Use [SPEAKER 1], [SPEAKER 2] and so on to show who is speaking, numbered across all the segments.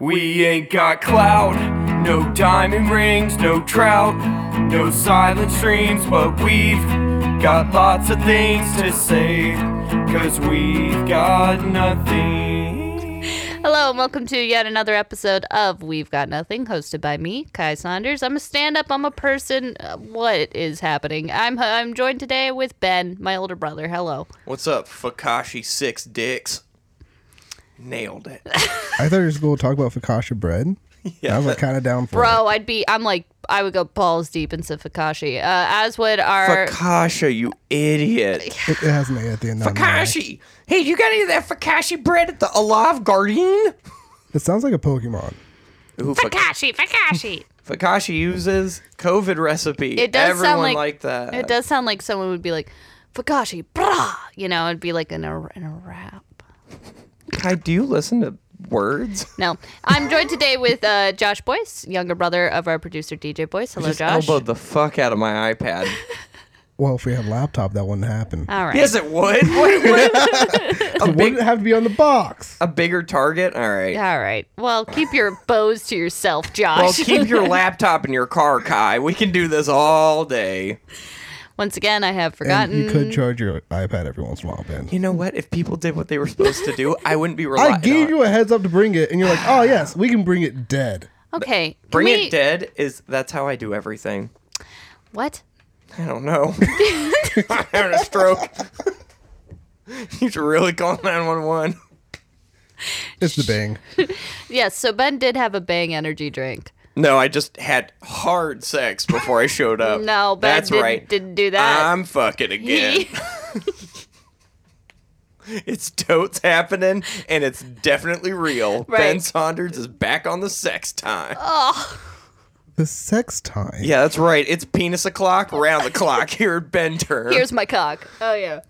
[SPEAKER 1] We ain't got clout, no diamond rings, no trout, no silent streams, but we've got lots of things to say, cause we've got nothing.
[SPEAKER 2] Hello and welcome to yet another episode of We've Got Nothing, hosted by me, Kai Saunders. I'm a stand-up. I'm a person. Uh, What is happening? I'm I'm joined today with Ben, my older brother. Hello.
[SPEAKER 1] What's up, Fakashi Six Dicks? Nailed it.
[SPEAKER 3] I thought you were just going to talk about focaccia bread. I was like kind of down for
[SPEAKER 2] Bro, I'd be. I'm like. I would go balls deep into Fakashi. Uh, as would our.
[SPEAKER 1] Fakasha, you idiot.
[SPEAKER 3] it. It it has an A at the end. not an I.
[SPEAKER 1] Fakashi! Hey, you got any of that Fakashi bread at the Alive Garden?
[SPEAKER 3] It sounds like a Pokemon.
[SPEAKER 1] Ooh,
[SPEAKER 2] Fakashi, Fakashi.
[SPEAKER 1] Fakashi uses COVID recipe.
[SPEAKER 2] It does
[SPEAKER 1] Everyone
[SPEAKER 2] sound like,
[SPEAKER 1] liked that.
[SPEAKER 2] It does sound like someone would be like, Fakashi, brah. You know, it'd be like in a, in a rap.
[SPEAKER 1] I do listen to words.
[SPEAKER 2] No, I'm joined today with uh, Josh Boyce, younger brother of our producer DJ Boyce. Hello,
[SPEAKER 1] Just
[SPEAKER 2] Josh.
[SPEAKER 1] elbowed the fuck out of my iPad.
[SPEAKER 3] Well, if we had a laptop, that wouldn't happen.
[SPEAKER 1] Uh,
[SPEAKER 2] All right.
[SPEAKER 1] yes, it would. What, what?
[SPEAKER 3] it wouldn't have to be on the box.
[SPEAKER 1] A bigger target. All right.
[SPEAKER 2] All right. Well, keep your bows to yourself,
[SPEAKER 1] Well,
[SPEAKER 2] Josh.
[SPEAKER 1] keep your laptop in your car, Kai. We can do this all day.
[SPEAKER 2] Once again, I have
[SPEAKER 3] And
[SPEAKER 2] forgotten.
[SPEAKER 3] you could charge your iPad every once in a while, Ben.
[SPEAKER 1] You know what? If people did what they were supposed to do, I wouldn't be relying
[SPEAKER 3] I gave
[SPEAKER 1] on.
[SPEAKER 3] you a heads up to bring it, and you're like, oh, yes, we can bring it dead.
[SPEAKER 2] okay. can
[SPEAKER 1] Bring
[SPEAKER 2] we-
[SPEAKER 1] it dead is that's how I do everything.
[SPEAKER 2] What?
[SPEAKER 1] I don't know. I'm having a stroke. you should really call 911.
[SPEAKER 3] It's the bang.
[SPEAKER 2] Yes. So Ben did have a Bang energy drink.
[SPEAKER 1] No, I just had hard sex before I showed up. Oh,
[SPEAKER 2] No, Ben
[SPEAKER 1] that's
[SPEAKER 2] didn't,
[SPEAKER 1] right.
[SPEAKER 2] didn't do that.
[SPEAKER 1] I'm fucking again. it's totes happening, and it's definitely real.
[SPEAKER 2] Right. Oh.
[SPEAKER 1] Ben Saunders is back on the sex time.
[SPEAKER 3] The sex time.
[SPEAKER 1] Yeah, that's right. It's penis o'clock, round the clock here at Ben Turn.
[SPEAKER 2] Here's my cock. Oh yeah.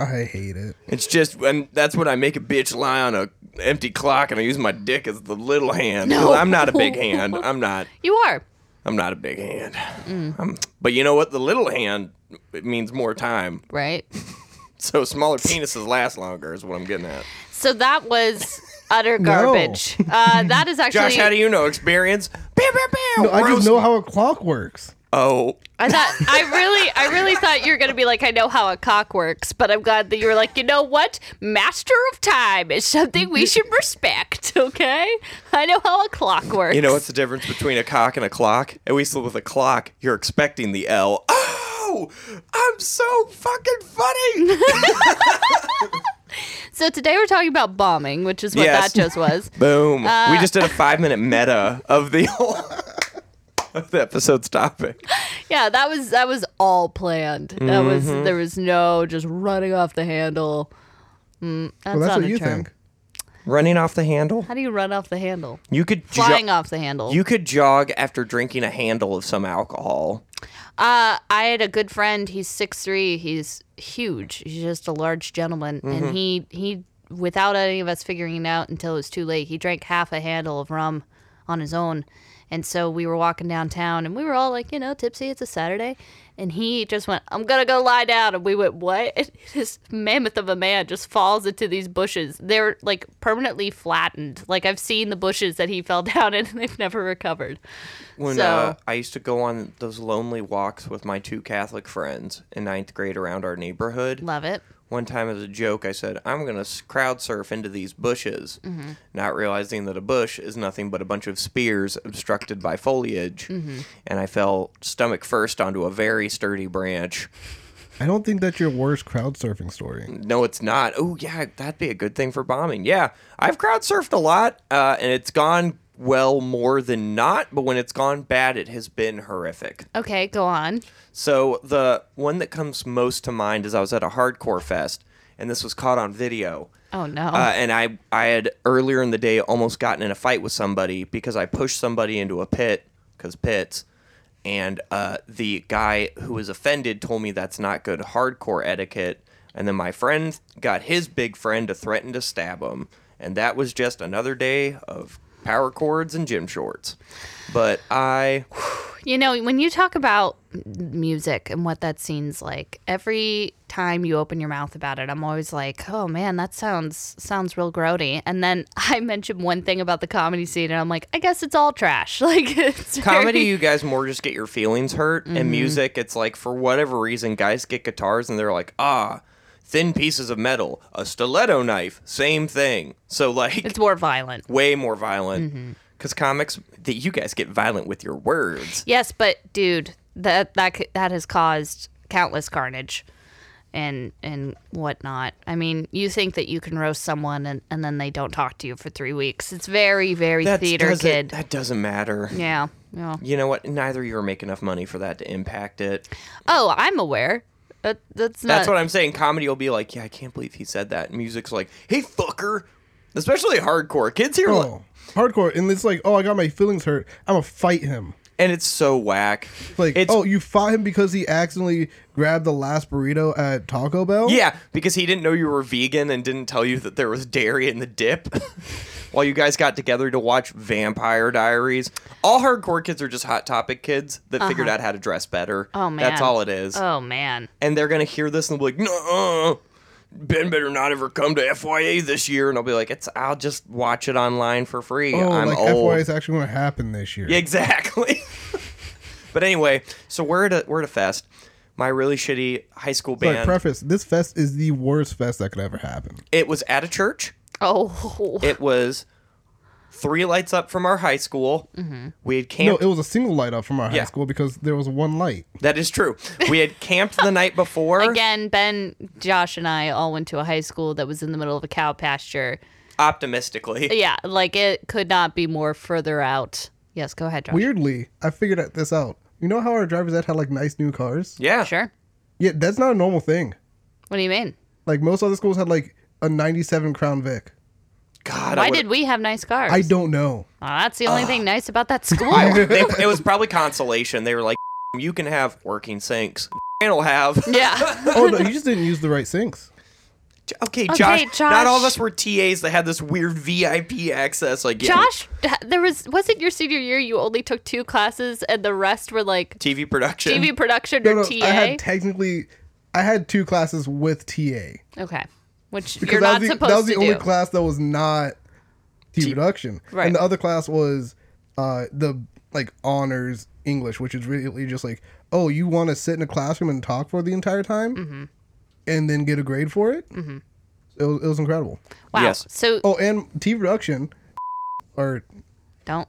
[SPEAKER 3] I hate it.
[SPEAKER 1] it's just, and that's when I make a bitch lie on a empty clock, and I use my dick as the little hand.
[SPEAKER 2] No.
[SPEAKER 1] I'm not a big hand. I'm not.
[SPEAKER 2] You are.
[SPEAKER 1] I'm not a big hand.
[SPEAKER 2] Mm.
[SPEAKER 1] I'm- but you know what? The little hand it means more time.
[SPEAKER 2] Right.
[SPEAKER 1] So smaller penises last longer is what I'm getting at.
[SPEAKER 2] So that was utter garbage. Uh, that is actually.
[SPEAKER 1] Josh, how do you know experience? Pew, pew, pew,
[SPEAKER 3] No, I
[SPEAKER 1] roast-
[SPEAKER 3] just know how a clock works.
[SPEAKER 1] Oh,
[SPEAKER 2] I thought I really, I really thought you were gonna be like, I know how a cock works, but I'm glad that you were like, you know what, master of time is something we should respect. Okay, I know how a clock works.
[SPEAKER 1] you know what's the difference between a cock and a clock? At least with a clock, you're expecting the L. Oh, I'm so fucking funny.
[SPEAKER 2] So today we're talking about bombing, which is what
[SPEAKER 1] Yes.
[SPEAKER 2] that just was.
[SPEAKER 1] Boom.
[SPEAKER 2] Uh,
[SPEAKER 1] we just did a five minute meta of the whole of the episode's topic.
[SPEAKER 2] Yeah, that was that was all planned. That was
[SPEAKER 1] Mm-hmm.
[SPEAKER 2] there was no just running off the handle. Mm, that's
[SPEAKER 3] Well, that's
[SPEAKER 2] not
[SPEAKER 3] what
[SPEAKER 2] a
[SPEAKER 3] you
[SPEAKER 2] term.
[SPEAKER 3] think.
[SPEAKER 1] Running off the handle.
[SPEAKER 2] How do you run off the handle?
[SPEAKER 1] You could jo-
[SPEAKER 2] Flying off the handle.
[SPEAKER 1] You could jog after drinking a handle of some alcohol.
[SPEAKER 2] Uh, I had a good friend. He's six three. He's huge. He's just a large gentleman,
[SPEAKER 1] Mm-hmm.
[SPEAKER 2] and he he without any of us figuring it out until it was too late. He drank half a handle of rum on his own, and so we were walking downtown, and we were all like, you know, tipsy. It's a Saturday, and he just went, "I'm gonna go lie down," and we went, "What?" And this mammoth of a man just falls into these bushes. They're like permanently flattened. Like I've seen the bushes that he fell down in, and they've never recovered.
[SPEAKER 1] When
[SPEAKER 2] So-
[SPEAKER 1] uh, I used to go on those lonely walks with my two Catholic friends in ninth grade around our neighborhood.
[SPEAKER 2] Love it.
[SPEAKER 1] One time, as a joke, I said, I'm going to crowd surf into these bushes, not realizing that a bush is nothing but a bunch of spears obstructed by foliage. And I fell stomach first onto a very sturdy branch.
[SPEAKER 3] I don't think that's your worst crowd surfing story.
[SPEAKER 1] No, it's not. Oh, yeah, that'd be a good thing for bombing. Yeah, I've crowd surfed a lot, uh, and it's gone well more than not, but when it's gone bad, it has been horrific.
[SPEAKER 2] Okay, go on.
[SPEAKER 1] So the one that comes most to mind is I was at a hardcore fest, and this was caught on video.
[SPEAKER 2] Oh no.
[SPEAKER 1] Uh, and I, I had earlier in the day almost gotten in a fight with somebody because I pushed somebody into a pit, because pits. And uh, the guy who was offended told me that's not good hardcore etiquette. And then my friend got his big friend to threaten to stab him. And that was just another day of power cords and gym shorts. But I
[SPEAKER 2] You know, when you talk about m- music and what that scene's like, every time you open your mouth about it, I'm always like, "Oh man, that sounds sounds real grody." And then I mention one thing about the comedy scene, and I'm like, "I guess it's all trash." Like it's
[SPEAKER 1] Comedy,
[SPEAKER 2] very-
[SPEAKER 1] you guys more just get your feelings hurt,
[SPEAKER 2] Mm-hmm.
[SPEAKER 1] and music, it's like for whatever reason, guys get guitars and they're like, ah, thin pieces of metal, a stiletto knife, same thing. So like,
[SPEAKER 2] it's Mm-hmm. more violent.
[SPEAKER 1] way more violent because comics that you guys get violent with your words.
[SPEAKER 2] Yes, but dude, that that c- that has caused countless carnage. And and whatnot. I mean, you think that you can roast someone and, and then they don't talk to you for three weeks. It's very, very
[SPEAKER 1] That
[SPEAKER 2] theater
[SPEAKER 1] doesn't-
[SPEAKER 2] kid.
[SPEAKER 1] That doesn't matter.
[SPEAKER 2] Yeah. Yeah.
[SPEAKER 1] You know what? Neither of you are make enough money for that to impact it.
[SPEAKER 2] Oh, I'm aware. That, that's not.
[SPEAKER 1] That's what I'm saying. Comedy will be like, yeah, I can't believe he said that. Music's like, hey, fucker. Especially hardcore kids here, like,
[SPEAKER 3] Oh, hardcore, and it's like, oh, I got my feelings hurt. I'm gonna fight him.
[SPEAKER 1] and it's so whack.
[SPEAKER 3] Like,
[SPEAKER 1] it's,
[SPEAKER 3] oh, you fought him because he accidentally grabbed the last burrito at Taco Bell.
[SPEAKER 1] yeah, because he didn't know you were vegan and didn't tell you that there was dairy in the dip. While you guys got together to watch Vampire Diaries, all hardcore kids are just hot topic kids that figured out how to dress better.
[SPEAKER 2] Oh, man.
[SPEAKER 1] that's all it is.
[SPEAKER 2] Oh, man.
[SPEAKER 1] and they're gonna hear this and be like, "No, Ben better not ever come to FYA this year." And I'll be like, "It's I'll just watch it online for free.
[SPEAKER 3] Oh,
[SPEAKER 1] I'm
[SPEAKER 3] like
[SPEAKER 1] old."
[SPEAKER 3] FY is actually gonna happen this year.
[SPEAKER 1] Yeah, exactly. but anyway, so we're at a we're at a fest. My really shitty high school
[SPEAKER 3] But
[SPEAKER 1] band.
[SPEAKER 3] preface: This fest is the worst fest that could ever happen.
[SPEAKER 1] it was at a church.
[SPEAKER 2] Oh.
[SPEAKER 1] It was three lights up from our high school.
[SPEAKER 2] Mm-hmm.
[SPEAKER 1] We had
[SPEAKER 3] No,
[SPEAKER 1] camped.
[SPEAKER 3] it was a single light up from our high
[SPEAKER 1] Yeah.
[SPEAKER 3] school because there was one light.
[SPEAKER 1] that is true. We had camped the night before.
[SPEAKER 2] Again, Ben, Josh, and I all went to a high school that was in the middle of a cow pasture.
[SPEAKER 1] Optimistically,
[SPEAKER 2] Yeah. Like, it could not be more further out. Yes, go ahead, Josh.
[SPEAKER 3] Weirdly, I figured out- this out. You know how our drivers that had like nice new cars?
[SPEAKER 1] yeah.
[SPEAKER 2] Sure.
[SPEAKER 3] Yeah, that's not a normal thing.
[SPEAKER 2] What do you mean?
[SPEAKER 3] Like most other schools had like a 97 Crown Vic.
[SPEAKER 1] God,
[SPEAKER 2] Why
[SPEAKER 1] I
[SPEAKER 2] did we have nice cars?
[SPEAKER 3] I don't know.
[SPEAKER 2] Oh, that's the only thing nice about that school.
[SPEAKER 1] Oh, they, it was probably consolation. They were like, "You can have working sinks. Will have
[SPEAKER 2] yeah.
[SPEAKER 3] Oh no, you just didn't use the right sinks.
[SPEAKER 1] okay, Josh, Not
[SPEAKER 2] Josh.
[SPEAKER 1] all of us were TAs that had this weird VIP access. Like yeah,
[SPEAKER 2] Josh, there was was it your senior year? You only took two classes, and the rest were like
[SPEAKER 1] TV production.
[SPEAKER 2] TV production
[SPEAKER 3] No,
[SPEAKER 2] or
[SPEAKER 3] no,
[SPEAKER 2] TA.
[SPEAKER 3] I had technically, I had two classes with TA
[SPEAKER 2] okay, which
[SPEAKER 3] because
[SPEAKER 2] you're
[SPEAKER 3] that
[SPEAKER 2] not
[SPEAKER 3] was the,
[SPEAKER 2] supposed
[SPEAKER 3] that was
[SPEAKER 2] to
[SPEAKER 3] the only
[SPEAKER 2] do.
[SPEAKER 3] class that was not T production,
[SPEAKER 2] Right.
[SPEAKER 3] and the other class was uh, the like honors English, which is really just like, oh, you want to sit in a classroom and talk for the entire time,
[SPEAKER 2] Mm-hmm.
[SPEAKER 3] and then get a grade for it. Mm-hmm. It, was, it was incredible.
[SPEAKER 2] wow.
[SPEAKER 1] Yes.
[SPEAKER 2] So
[SPEAKER 3] Oh, and T production, or
[SPEAKER 2] don't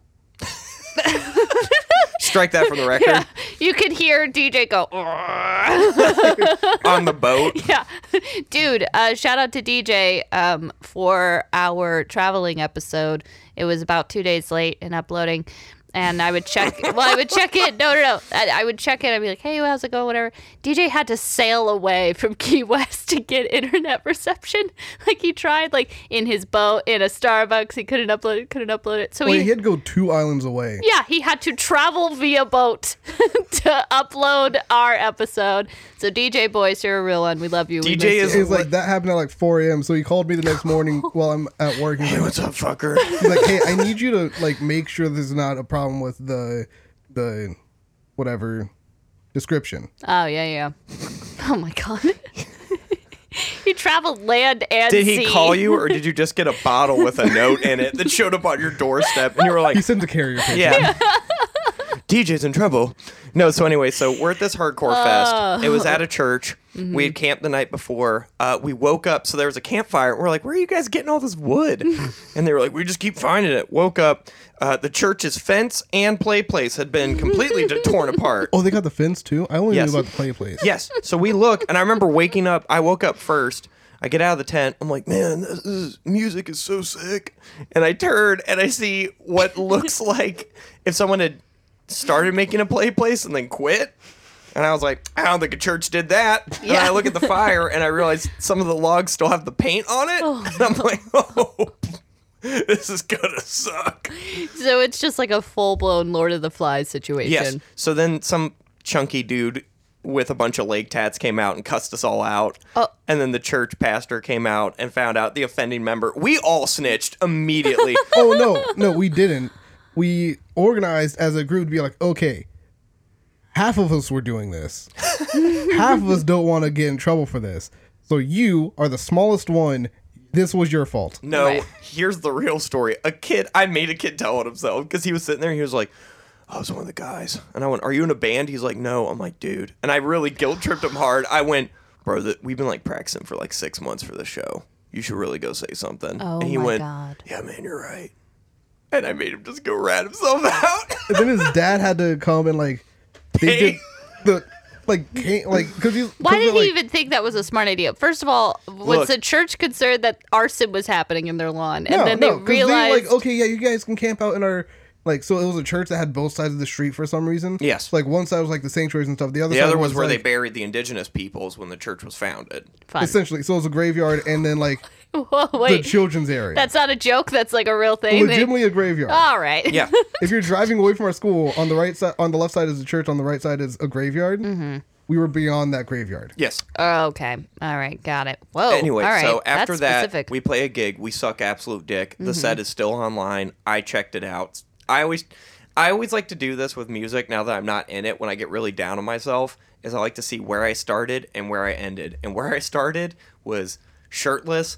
[SPEAKER 1] Strike that from the record.
[SPEAKER 2] You could hear DJ go, "Argh."
[SPEAKER 1] On the boat.
[SPEAKER 2] yeah. Dude, uh, shout out to DJ um, for our traveling episode. It was about two days late in uploading. And I would check. Well, I would check in. No, no, no. I, I would check in. I'd be like, "Hey, how's it going?" Whatever. DJ had to sail away from Key West to get internet reception. Like he tried, like in his boat in a Starbucks. He couldn't upload it. Couldn't upload it. So
[SPEAKER 3] wait,
[SPEAKER 2] he
[SPEAKER 3] he had to go two islands away.
[SPEAKER 2] yeah, he had to travel via boat to upload our episode. So DJ Boyce, you're a real one. We love you. We
[SPEAKER 1] DJ
[SPEAKER 2] miss you.
[SPEAKER 1] is-
[SPEAKER 3] It was like that happened at like 4 a.m. So he called me the next morning while I'm at work. And he's
[SPEAKER 1] Hey,
[SPEAKER 3] like,
[SPEAKER 1] what's up, fucker?
[SPEAKER 3] He's like, hey, I need you to like make sure there's not a problem with the the whatever description.
[SPEAKER 2] Oh yeah, yeah. Oh my god. he traveled land and
[SPEAKER 1] Did
[SPEAKER 2] sea.
[SPEAKER 1] he call you, or did you just get a bottle with a note in it that showed up on your doorstep, and you were like,
[SPEAKER 3] He sends a carrier pigeon.
[SPEAKER 1] Yeah. DJ's in trouble. No, so anyway, so we're at this hardcore fest. It was at a church. We had camped the night before. Uh, we woke up, so there was a campfire. We're like, where are you guys getting all this wood? and they were like, we just keep finding it. Woke up. Uh, the church's fence and play place had been completely d- torn apart.
[SPEAKER 3] Oh, they got the fence too. I only
[SPEAKER 1] Yes.
[SPEAKER 3] knew about the play place.
[SPEAKER 1] Yes. So we look, and I remember waking up. I woke up first. I get out of the tent. I'm like, man, this is, music is so sick. And I turn and I see what looks like if someone had started making a play place and then quit. And I was like, I don't think a church did that. And I
[SPEAKER 2] Yeah.
[SPEAKER 1] look at the fire and I realize some of the logs still have the paint on it. and I'm like, oh, this is gonna suck.
[SPEAKER 2] So it's just like a full blown Lord of the Flies situation.
[SPEAKER 1] Yes. So then some chunky dude with a bunch of leg tats came out and cussed us all out.
[SPEAKER 2] Oh.
[SPEAKER 1] And then the church pastor came out and found out the offending member. We all snitched immediately.
[SPEAKER 3] Oh no, no, we didn't. We organized as a group to be like, okay, half of us were doing this. half of us don't want to get in trouble for this. So you are the smallest one. This was your fault.
[SPEAKER 1] No,
[SPEAKER 2] Right.
[SPEAKER 1] here's the real story. A kid, I made a kid tell on himself because he was sitting there. And he was like, "I was one of the guys," and I went, "Are you in a band?" He's like, "No." I'm like, "Dude," and I really guilt tripped him hard. I went, "Bro, that we've been like practicing for like six months for this show. You should really go say something."
[SPEAKER 2] Oh
[SPEAKER 1] and he
[SPEAKER 2] my
[SPEAKER 1] went,
[SPEAKER 2] God.
[SPEAKER 1] "Yeah, man, you're right." And I made him just go rat himself out.
[SPEAKER 3] And then his dad had to come and like they did
[SPEAKER 1] Hey.
[SPEAKER 3] the like can't, like because he's
[SPEAKER 2] Why
[SPEAKER 3] 'cause
[SPEAKER 2] did
[SPEAKER 3] they're,
[SPEAKER 2] he
[SPEAKER 3] like,
[SPEAKER 2] even think that was a smart idea? First of all, was
[SPEAKER 1] Look.
[SPEAKER 2] the church concerned that arson was happening in their lawn, and
[SPEAKER 3] No,
[SPEAKER 2] then
[SPEAKER 3] no,
[SPEAKER 2] they
[SPEAKER 3] 'cause were
[SPEAKER 2] realized?
[SPEAKER 3] like okay yeah you guys can camp out in our like so it was a church that had both sides of the street for some reason
[SPEAKER 1] Yes.
[SPEAKER 3] like one side was like the sanctuaries and stuff the other
[SPEAKER 1] The
[SPEAKER 3] side
[SPEAKER 1] other was where
[SPEAKER 3] like,
[SPEAKER 1] they buried the indigenous peoples when the church was founded.
[SPEAKER 2] Fun.
[SPEAKER 3] essentially so it was a graveyard and then like
[SPEAKER 1] oh,
[SPEAKER 2] Whoa,
[SPEAKER 3] the
[SPEAKER 2] wait,
[SPEAKER 3] children's area
[SPEAKER 2] that's not a joke. That's like a real thing. They-
[SPEAKER 3] legitimately a graveyard
[SPEAKER 2] all right.
[SPEAKER 1] Yeah.
[SPEAKER 3] if you're driving away from our school on the right side on the left side is a church on the right side is a graveyard
[SPEAKER 2] Mm-hmm.
[SPEAKER 3] we were beyond that graveyard
[SPEAKER 1] yes.
[SPEAKER 2] Oh, okay. All right. Got it. Whoa.
[SPEAKER 1] Anyway,
[SPEAKER 2] Oh, all right.
[SPEAKER 1] so after
[SPEAKER 2] That's
[SPEAKER 1] that,
[SPEAKER 2] specific.
[SPEAKER 1] we play a gig. We suck absolute dick. The set is still online. I checked it out. I always, I always like to do this with music. Now that I'm not in it, when I get really down on myself, is I like to see where I started and where I ended. And where I started was shirtless,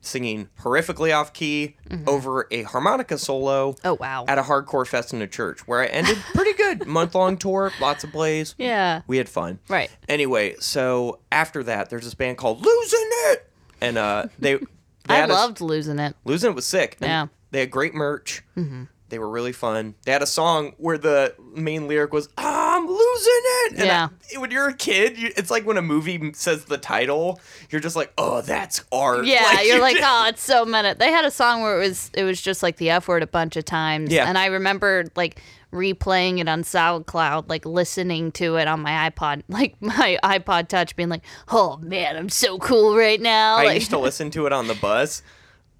[SPEAKER 1] singing horrifically off key over a harmonica solo.
[SPEAKER 2] Oh, wow.
[SPEAKER 1] At a hardcore fest in a church, where I ended pretty good. Month long tour, lots of plays.
[SPEAKER 2] Yeah.
[SPEAKER 1] We had fun.
[SPEAKER 2] Right.
[SPEAKER 1] Anyway, so after that, there's this band called Losing It, and uh, they, they
[SPEAKER 2] I
[SPEAKER 1] had a-
[SPEAKER 2] loved losing it.
[SPEAKER 1] Losing It was sick. and
[SPEAKER 2] Yeah. Mm-hmm.
[SPEAKER 1] They had great merch. They were really fun. They had a song where the main lyric was "I'm losing it." And
[SPEAKER 2] Yeah.
[SPEAKER 1] I- when you're a kid, you, it's like when a movie says the title, you're just like, "Oh, that's art."
[SPEAKER 2] Yeah, you're like,
[SPEAKER 1] just-
[SPEAKER 2] oh, it's so meta. They had a song where it was it was just like the F word a bunch of times.
[SPEAKER 1] Yeah.
[SPEAKER 2] And I remember like replaying it on SoundCloud, like listening to it on my iPod, like my iPod touch being like, Oh man, I'm so cool right now.
[SPEAKER 1] I
[SPEAKER 2] like
[SPEAKER 1] used to listen to it on the bus.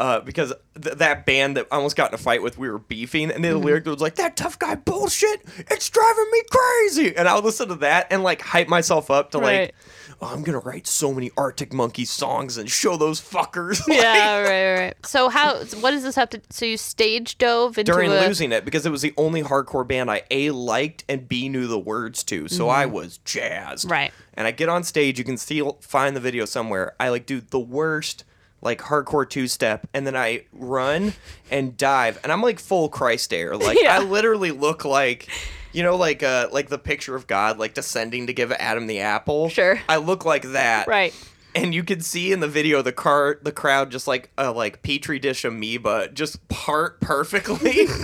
[SPEAKER 1] Uh, because th- that band that I almost got in a fight with, we were beefing, and the
[SPEAKER 2] Mm-hmm.
[SPEAKER 1] lyric was like, "That tough guy bullshit, it's driving me crazy." And I would listen to that and like hype myself up to
[SPEAKER 2] Right.
[SPEAKER 1] like, "Oh, "I'm gonna write so many Arctic Monkey songs and show those fuckers." like,
[SPEAKER 2] Yeah, right, right, right. So how what does this have to so you stage dove into
[SPEAKER 1] during
[SPEAKER 2] a,
[SPEAKER 1] losing it because it was the only hardcore band I a liked and b knew the words to, so I was jazzed.
[SPEAKER 2] Mm-hmm. Right.
[SPEAKER 1] And I get on stage. You can still find the video somewhere. I like do the worst like hardcore two step, and then I run and dive, and I'm like full Christ air. Like
[SPEAKER 2] Yeah.
[SPEAKER 1] I literally look like. You know, like uh, like the picture of God, like descending to give Adam the apple.
[SPEAKER 2] Sure.
[SPEAKER 1] I look like that
[SPEAKER 2] Right.
[SPEAKER 1] and you can see in the video the car the crowd just like a like petri dish amoeba just part perfectly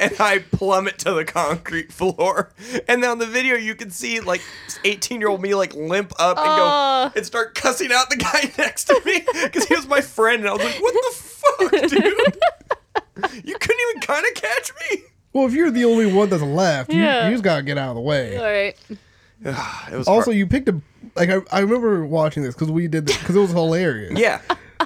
[SPEAKER 1] and i plummet to the concrete floor and then on the video you can see like 18 year old me like limp up and
[SPEAKER 2] Oh.
[SPEAKER 1] go and start cussing out the guy next to me because he was my friend and i was like what the fuck dude you couldn't even kind of catch me
[SPEAKER 3] well if you're the only one that's left
[SPEAKER 2] Yeah.
[SPEAKER 3] you, you just gotta get out of the way
[SPEAKER 2] All right.
[SPEAKER 1] it was
[SPEAKER 3] also
[SPEAKER 1] hard.
[SPEAKER 3] you picked a like i, I remember watching this because we did this because it was hilarious
[SPEAKER 1] yeah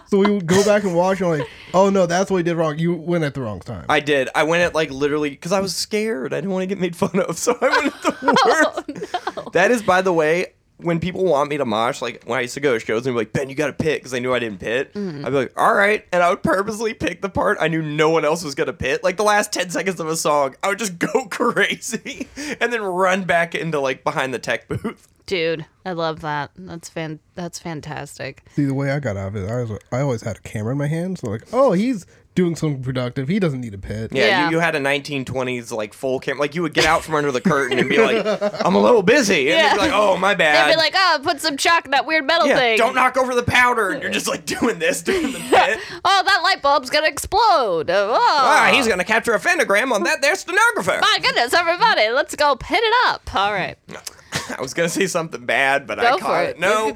[SPEAKER 3] So we would go back and watch, and like, oh no, that's what he did wrong. You went at the wrong time.
[SPEAKER 1] I did. I went at like literally because I was scared. I didn't want to get made fun of, so I went at the worst. That is, by the way, when people want me to mosh, like when I used to go to shows and be like, Ben, you got to pit because they knew I didn't pit. I'd be like, all right, and I would purposely pick the part I knew no one else was gonna pit. Like the last ten seconds of a song, I would just go crazy and then run back into like behind the tech booth.
[SPEAKER 2] Dude, I love that. That's fan that's fantastic.
[SPEAKER 3] See the way I got out of it, I was I always had a camera in my hand, so like, oh, he's doing something productive. He doesn't need a pit.
[SPEAKER 1] Yeah,
[SPEAKER 2] Yeah.
[SPEAKER 1] You, you had a 1920s like full cam. Like you would get out from under the curtain and be like, I'm a little busy, and
[SPEAKER 2] Yeah.
[SPEAKER 1] they'd be like, oh my bad.
[SPEAKER 2] They'd be like, oh, put some chalk in that weird metal
[SPEAKER 1] Yeah,
[SPEAKER 2] thing.
[SPEAKER 1] don't knock over the powder. And you're just like doing this, doing the pit.
[SPEAKER 2] Oh, that light bulb's gonna explode. Oh,
[SPEAKER 1] Ah, he's gonna capture a phonogram on that there stenographer.
[SPEAKER 2] My goodness, everybody, let's go pin it up. All right.
[SPEAKER 1] I was gonna say something bad, but
[SPEAKER 2] Go
[SPEAKER 1] I
[SPEAKER 2] for
[SPEAKER 1] caught
[SPEAKER 2] it.
[SPEAKER 1] it. No,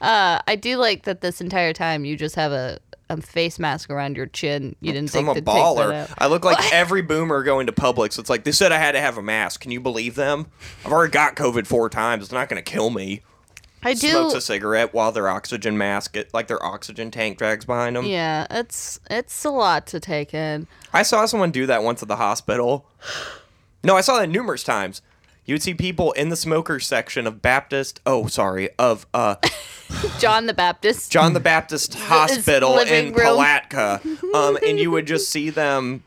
[SPEAKER 2] Uh, I do like that this entire time you just have a, a face mask around your chin. You didn't think
[SPEAKER 1] I'm a
[SPEAKER 2] to
[SPEAKER 1] baller.
[SPEAKER 2] take that out.
[SPEAKER 1] I look like every boomer going to Publix. It's like they said I had to have a mask. Can you believe them? I've already got COVID four times. It's not gonna kill me.
[SPEAKER 2] I do.
[SPEAKER 1] Smokes a cigarette while their oxygen mask, it, like their oxygen tank, drags behind them.
[SPEAKER 2] Yeah, it's it's a lot to take in.
[SPEAKER 1] I saw someone do that once at the hospital. No, I saw that numerous times. You would see people in the smoker section of Baptist. Oh, sorry, of uh,
[SPEAKER 2] John the Baptist.
[SPEAKER 1] John the Baptist Hospital
[SPEAKER 2] living
[SPEAKER 1] in
[SPEAKER 2] room.
[SPEAKER 1] Palatka. Um, and you would just see them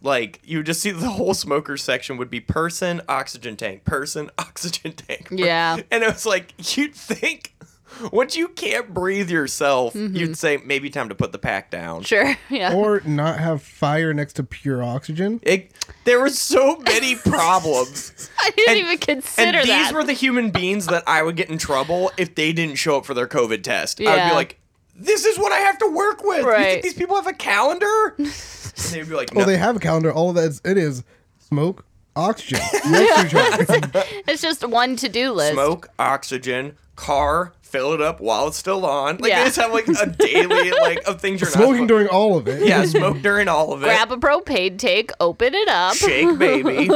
[SPEAKER 1] Like you just see the whole smoker section would be person, oxygen tank, person, oxygen tank.
[SPEAKER 2] Yeah.
[SPEAKER 1] And it was like you'd think once you can't breathe yourself, you'd say maybe time to put the pack down.
[SPEAKER 2] Mm-hmm. Sure. Yeah.
[SPEAKER 3] or not have fire next to pure oxygen.
[SPEAKER 1] It, there were so many problems.
[SPEAKER 2] I didn't
[SPEAKER 1] and-
[SPEAKER 2] even
[SPEAKER 1] and
[SPEAKER 2] consider
[SPEAKER 1] these
[SPEAKER 2] that.
[SPEAKER 1] were the human beings that I would get in trouble if they didn't show up for their COVID test. I would
[SPEAKER 2] Yeah.
[SPEAKER 1] be like, this is what I have to work with. You think
[SPEAKER 2] Right.
[SPEAKER 1] these people have a calendar? and they'd be like, no.
[SPEAKER 3] Well, they have a calendar. All of that is, it is smoke, oxygen. next to each other.
[SPEAKER 2] it's just one to-do list.
[SPEAKER 1] smoke, oxygen, car, fill it up while it's still on. Like
[SPEAKER 2] Yeah.
[SPEAKER 1] they just have like a daily like of things you're
[SPEAKER 3] Smoking
[SPEAKER 1] not supposed-
[SPEAKER 3] during all of it.
[SPEAKER 1] Yeah, smoke during all of it.
[SPEAKER 2] Grab a propane tank, open it up.
[SPEAKER 1] Shake baby.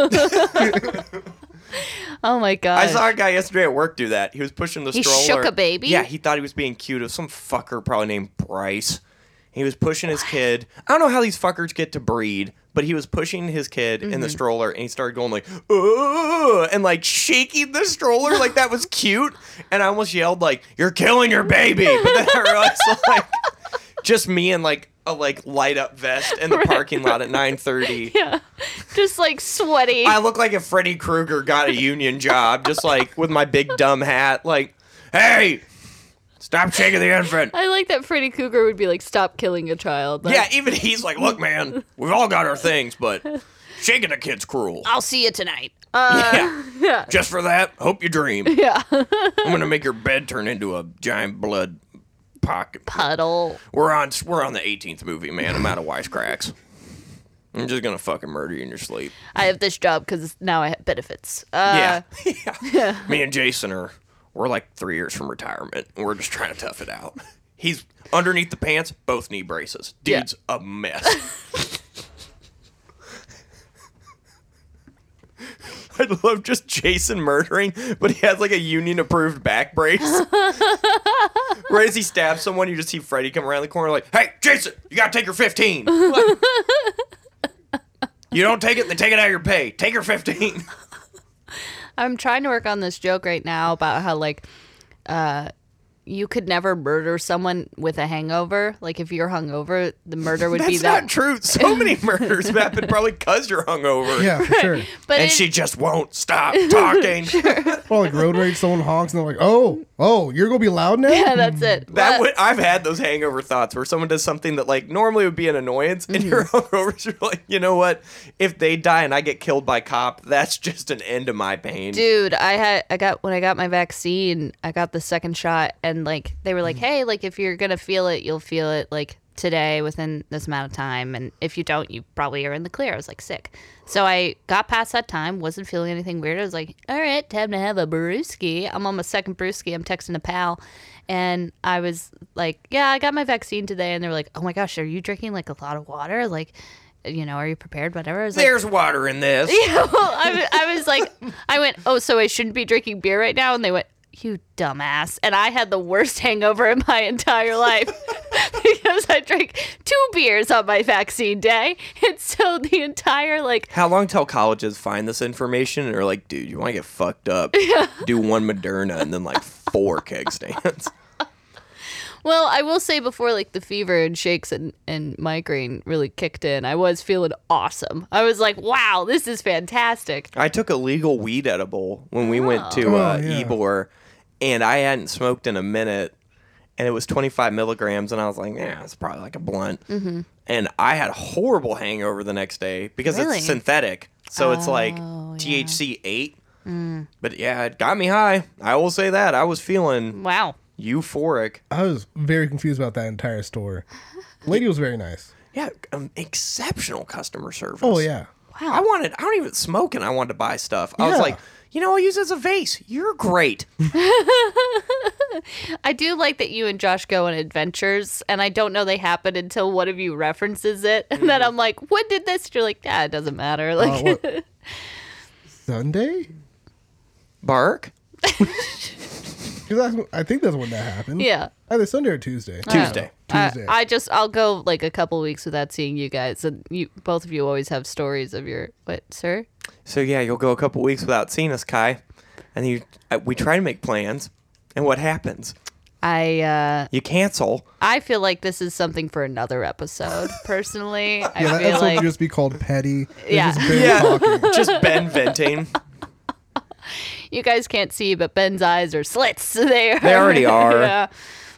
[SPEAKER 2] Oh my god.
[SPEAKER 1] I saw a guy yesterday at work do that. He was pushing the
[SPEAKER 2] He
[SPEAKER 1] stroller.
[SPEAKER 2] shook a baby?
[SPEAKER 1] Yeah, he thought he was being cute. It was some fucker probably named Bryce. He was pushing his kid. I don't know how these fuckers get to breed, but he was pushing his kid in
[SPEAKER 2] Mm-hmm.
[SPEAKER 1] the stroller and he started going like, ooh, and like shaking the stroller like that was cute. And I almost yelled like, you're killing your baby. But then I realized like, just me and like a like light up vest in the parking lot at 9.30.
[SPEAKER 2] yeah. Just like sweaty.
[SPEAKER 1] I look like if Freddy Krueger got a union job, just like with my big dumb hat. Like, hey, stop shaking the infant.
[SPEAKER 2] I like that Freddy Cougar would be like, stop killing a child. Like,
[SPEAKER 1] Yeah, even he's like, look, man, we've all got our things, but shaking a kid's cruel.
[SPEAKER 2] I'll see you tonight. Uh,
[SPEAKER 1] Yeah.
[SPEAKER 2] yeah.
[SPEAKER 1] Just for that, hope you dream.
[SPEAKER 2] Yeah.
[SPEAKER 1] I'm gonna make your bed turn into a giant blood pocket.
[SPEAKER 2] Puddle.
[SPEAKER 1] We're on we're on the 18th movie, man. I'm out of wisecracks. I'm just gonna fucking murder you in your sleep.
[SPEAKER 2] I have this job because now I have benefits.
[SPEAKER 1] Yeah.
[SPEAKER 2] Uh,
[SPEAKER 1] yeah. Me and Jason are we're like three years from retirement. and We're just trying to tough it out. He's underneath the pants, both knee braces.
[SPEAKER 2] Yeah.
[SPEAKER 1] Dude's a mess. I'd love just Jason murdering, but he has like a union approved back brace. right as he stabs someone, you just see Freddy come around the corner like, Hey, Jason, you gotta take your fifteen. Like, you don't take it, then take it out of your pay. Take your fifteen.
[SPEAKER 2] I'm trying to work on this joke right now about how, like, uh, you could never murder someone with a hangover. Like, if you're hungover, the murder would be
[SPEAKER 1] That's
[SPEAKER 2] that.
[SPEAKER 1] not true. So many murders have happened probably because you're hungover.
[SPEAKER 3] Yeah, for sure.
[SPEAKER 2] But
[SPEAKER 1] And
[SPEAKER 2] it-
[SPEAKER 1] she just won't stop talking.
[SPEAKER 3] Or like road rage, someone honks and they're like, "Oh, oh, you're gonna be loud now."
[SPEAKER 2] yeah, that's it.
[SPEAKER 1] That
[SPEAKER 2] But-
[SPEAKER 1] would I've had those hangover thoughts where someone does something that like normally would be an annoyance, and you're hungover. so You're like, you know what? If they die and I get killed by cop, that's just an end to my pain.
[SPEAKER 2] dude i had i got when i got my vaccine i got the second shot and like they were like hey like if you're gonna feel it you'll feel it like today within this amount of time and if you don't you probably are in the clear i was like sick so i got past that time wasn't feeling anything weird i was like all right time to have a brewski i'm on my second brewski i'm texting a pal and i was like yeah i got my vaccine today and they were like oh my gosh are you drinking like a lot of water like you know are you prepared whatever i was like
[SPEAKER 1] There's water in this.
[SPEAKER 2] yeah, well, I, w- I was like, I went, oh, so I shouldn't be drinking beer right now? And they went, you dumbass. And I had the worst hangover in my entire life because I drank two beers on my vaccine day. And so the entire, like,
[SPEAKER 1] How long till colleges find this information and are like, dude, you want to get fucked up? Do one Moderna and then like four keg stands.
[SPEAKER 2] well, I will say before, like, the fever and shakes and, and migraine really kicked in, I was feeling awesome. I was like, wow, this is fantastic.
[SPEAKER 1] I took a legal weed edible when we went to uh,
[SPEAKER 3] Oh, yeah.
[SPEAKER 1] Ybor, and I hadn't smoked in a minute, and it was 25 milligrams, and I was like, yeah, it's probably like a blunt. Mm-hmm. And I had a horrible hangover the next day because
[SPEAKER 2] Really?
[SPEAKER 1] it's synthetic, so it's like
[SPEAKER 2] Oh, yeah. Mm.
[SPEAKER 1] THC eight. But yeah, it got me high. I will say that I was feeling
[SPEAKER 2] Wow.
[SPEAKER 1] euphoric.
[SPEAKER 3] I was very confused about that entire store. Lady was very nice.
[SPEAKER 1] Yeah, um, exceptional customer service.
[SPEAKER 3] Oh yeah,
[SPEAKER 1] I wanted. I don't even smoke, and I wanted to buy stuff. I was
[SPEAKER 3] Yeah.
[SPEAKER 1] like, you know, I use it as a vase. You're great.
[SPEAKER 2] I do like that you and Josh go on adventures, and I don't know they happen until one of you references it, and then I'm like, "When did this?" You're like, "Yeah, it doesn't matter."
[SPEAKER 3] Mm-hmm. Uh,
[SPEAKER 2] Like,
[SPEAKER 3] what- Sunday?
[SPEAKER 1] Bark.
[SPEAKER 3] Because I think that's when that happened.
[SPEAKER 2] yeah, Uh,
[SPEAKER 3] either Sunday or Tuesday.
[SPEAKER 1] Tuesday.
[SPEAKER 2] I,
[SPEAKER 3] Tuesday.
[SPEAKER 2] I just I'll go like a couple weeks without seeing you guys, and you both of you always have stories of your what, sir?
[SPEAKER 1] So yeah, you'll go a couple weeks without seeing us, Kai, and you, uh, we try to make plans, and what happens?
[SPEAKER 2] I uh,
[SPEAKER 1] You cancel.
[SPEAKER 2] I feel like this is something for another episode. Personally, I
[SPEAKER 3] Yeah, that
[SPEAKER 2] feel
[SPEAKER 3] episode
[SPEAKER 2] like
[SPEAKER 3] should just be called Petty. They're
[SPEAKER 2] Yeah.
[SPEAKER 3] Just bare
[SPEAKER 1] Yeah.
[SPEAKER 3] talking.
[SPEAKER 1] Just Ben venting.
[SPEAKER 2] you guys can't see, but Ben's eyes are slits. They are.
[SPEAKER 1] They already are.
[SPEAKER 2] yeah.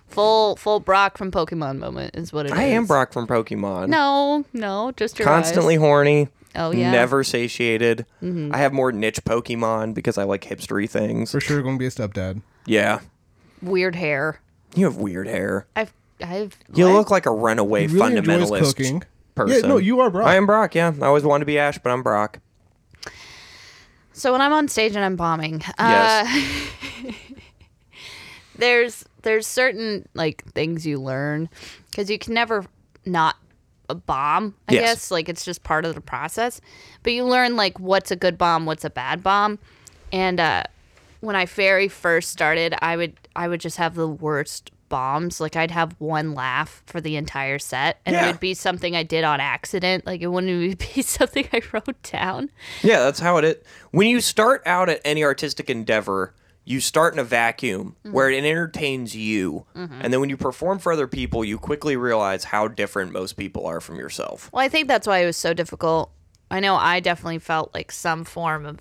[SPEAKER 2] Full full Brock from Pokemon moment is what it is.
[SPEAKER 1] I am Brock from Pokemon.
[SPEAKER 2] No, no, just your eyes.
[SPEAKER 1] Constantly horny.
[SPEAKER 2] Oh, yeah. Mm-hmm.
[SPEAKER 1] Never satiated. I have more niche Pokemon because I like hipstery things.
[SPEAKER 3] For sure, going to be a stepdad.
[SPEAKER 1] Yeah.
[SPEAKER 2] weird hair.
[SPEAKER 1] You have weird hair.
[SPEAKER 2] I've I've
[SPEAKER 1] You look like a runaway
[SPEAKER 3] He really enjoys
[SPEAKER 1] fundamentalist
[SPEAKER 3] cooking.
[SPEAKER 1] person.
[SPEAKER 3] Yeah, no, you are Brock.
[SPEAKER 1] I am Brock. Yeah, I always wanted to be Ash, but I'm Brock.
[SPEAKER 2] So when I'm on stage and I'm bombing, uh,
[SPEAKER 1] Yes.
[SPEAKER 2] there's there's certain like things you learn because you can never not a bomb. I
[SPEAKER 1] Yes.
[SPEAKER 2] guess like it's just part of the process. But you learn like what's a good bomb, what's a bad bomb, and uh, when I very first started, I would I would just have the worst bombs. Like I'd have one laugh for the entire set, and
[SPEAKER 1] Yeah.
[SPEAKER 2] it would be something I did on accident. Like it wouldn't even be something I wrote down.
[SPEAKER 1] Yeah, that's how it is. When you start out at any artistic endeavor, you start in a vacuum
[SPEAKER 2] Mm-hmm.
[SPEAKER 1] where it entertains you. And then when you perform for other people, you quickly realize how different most people are from yourself.
[SPEAKER 2] Well, I think that's why it was so difficult. I know I definitely felt like some form of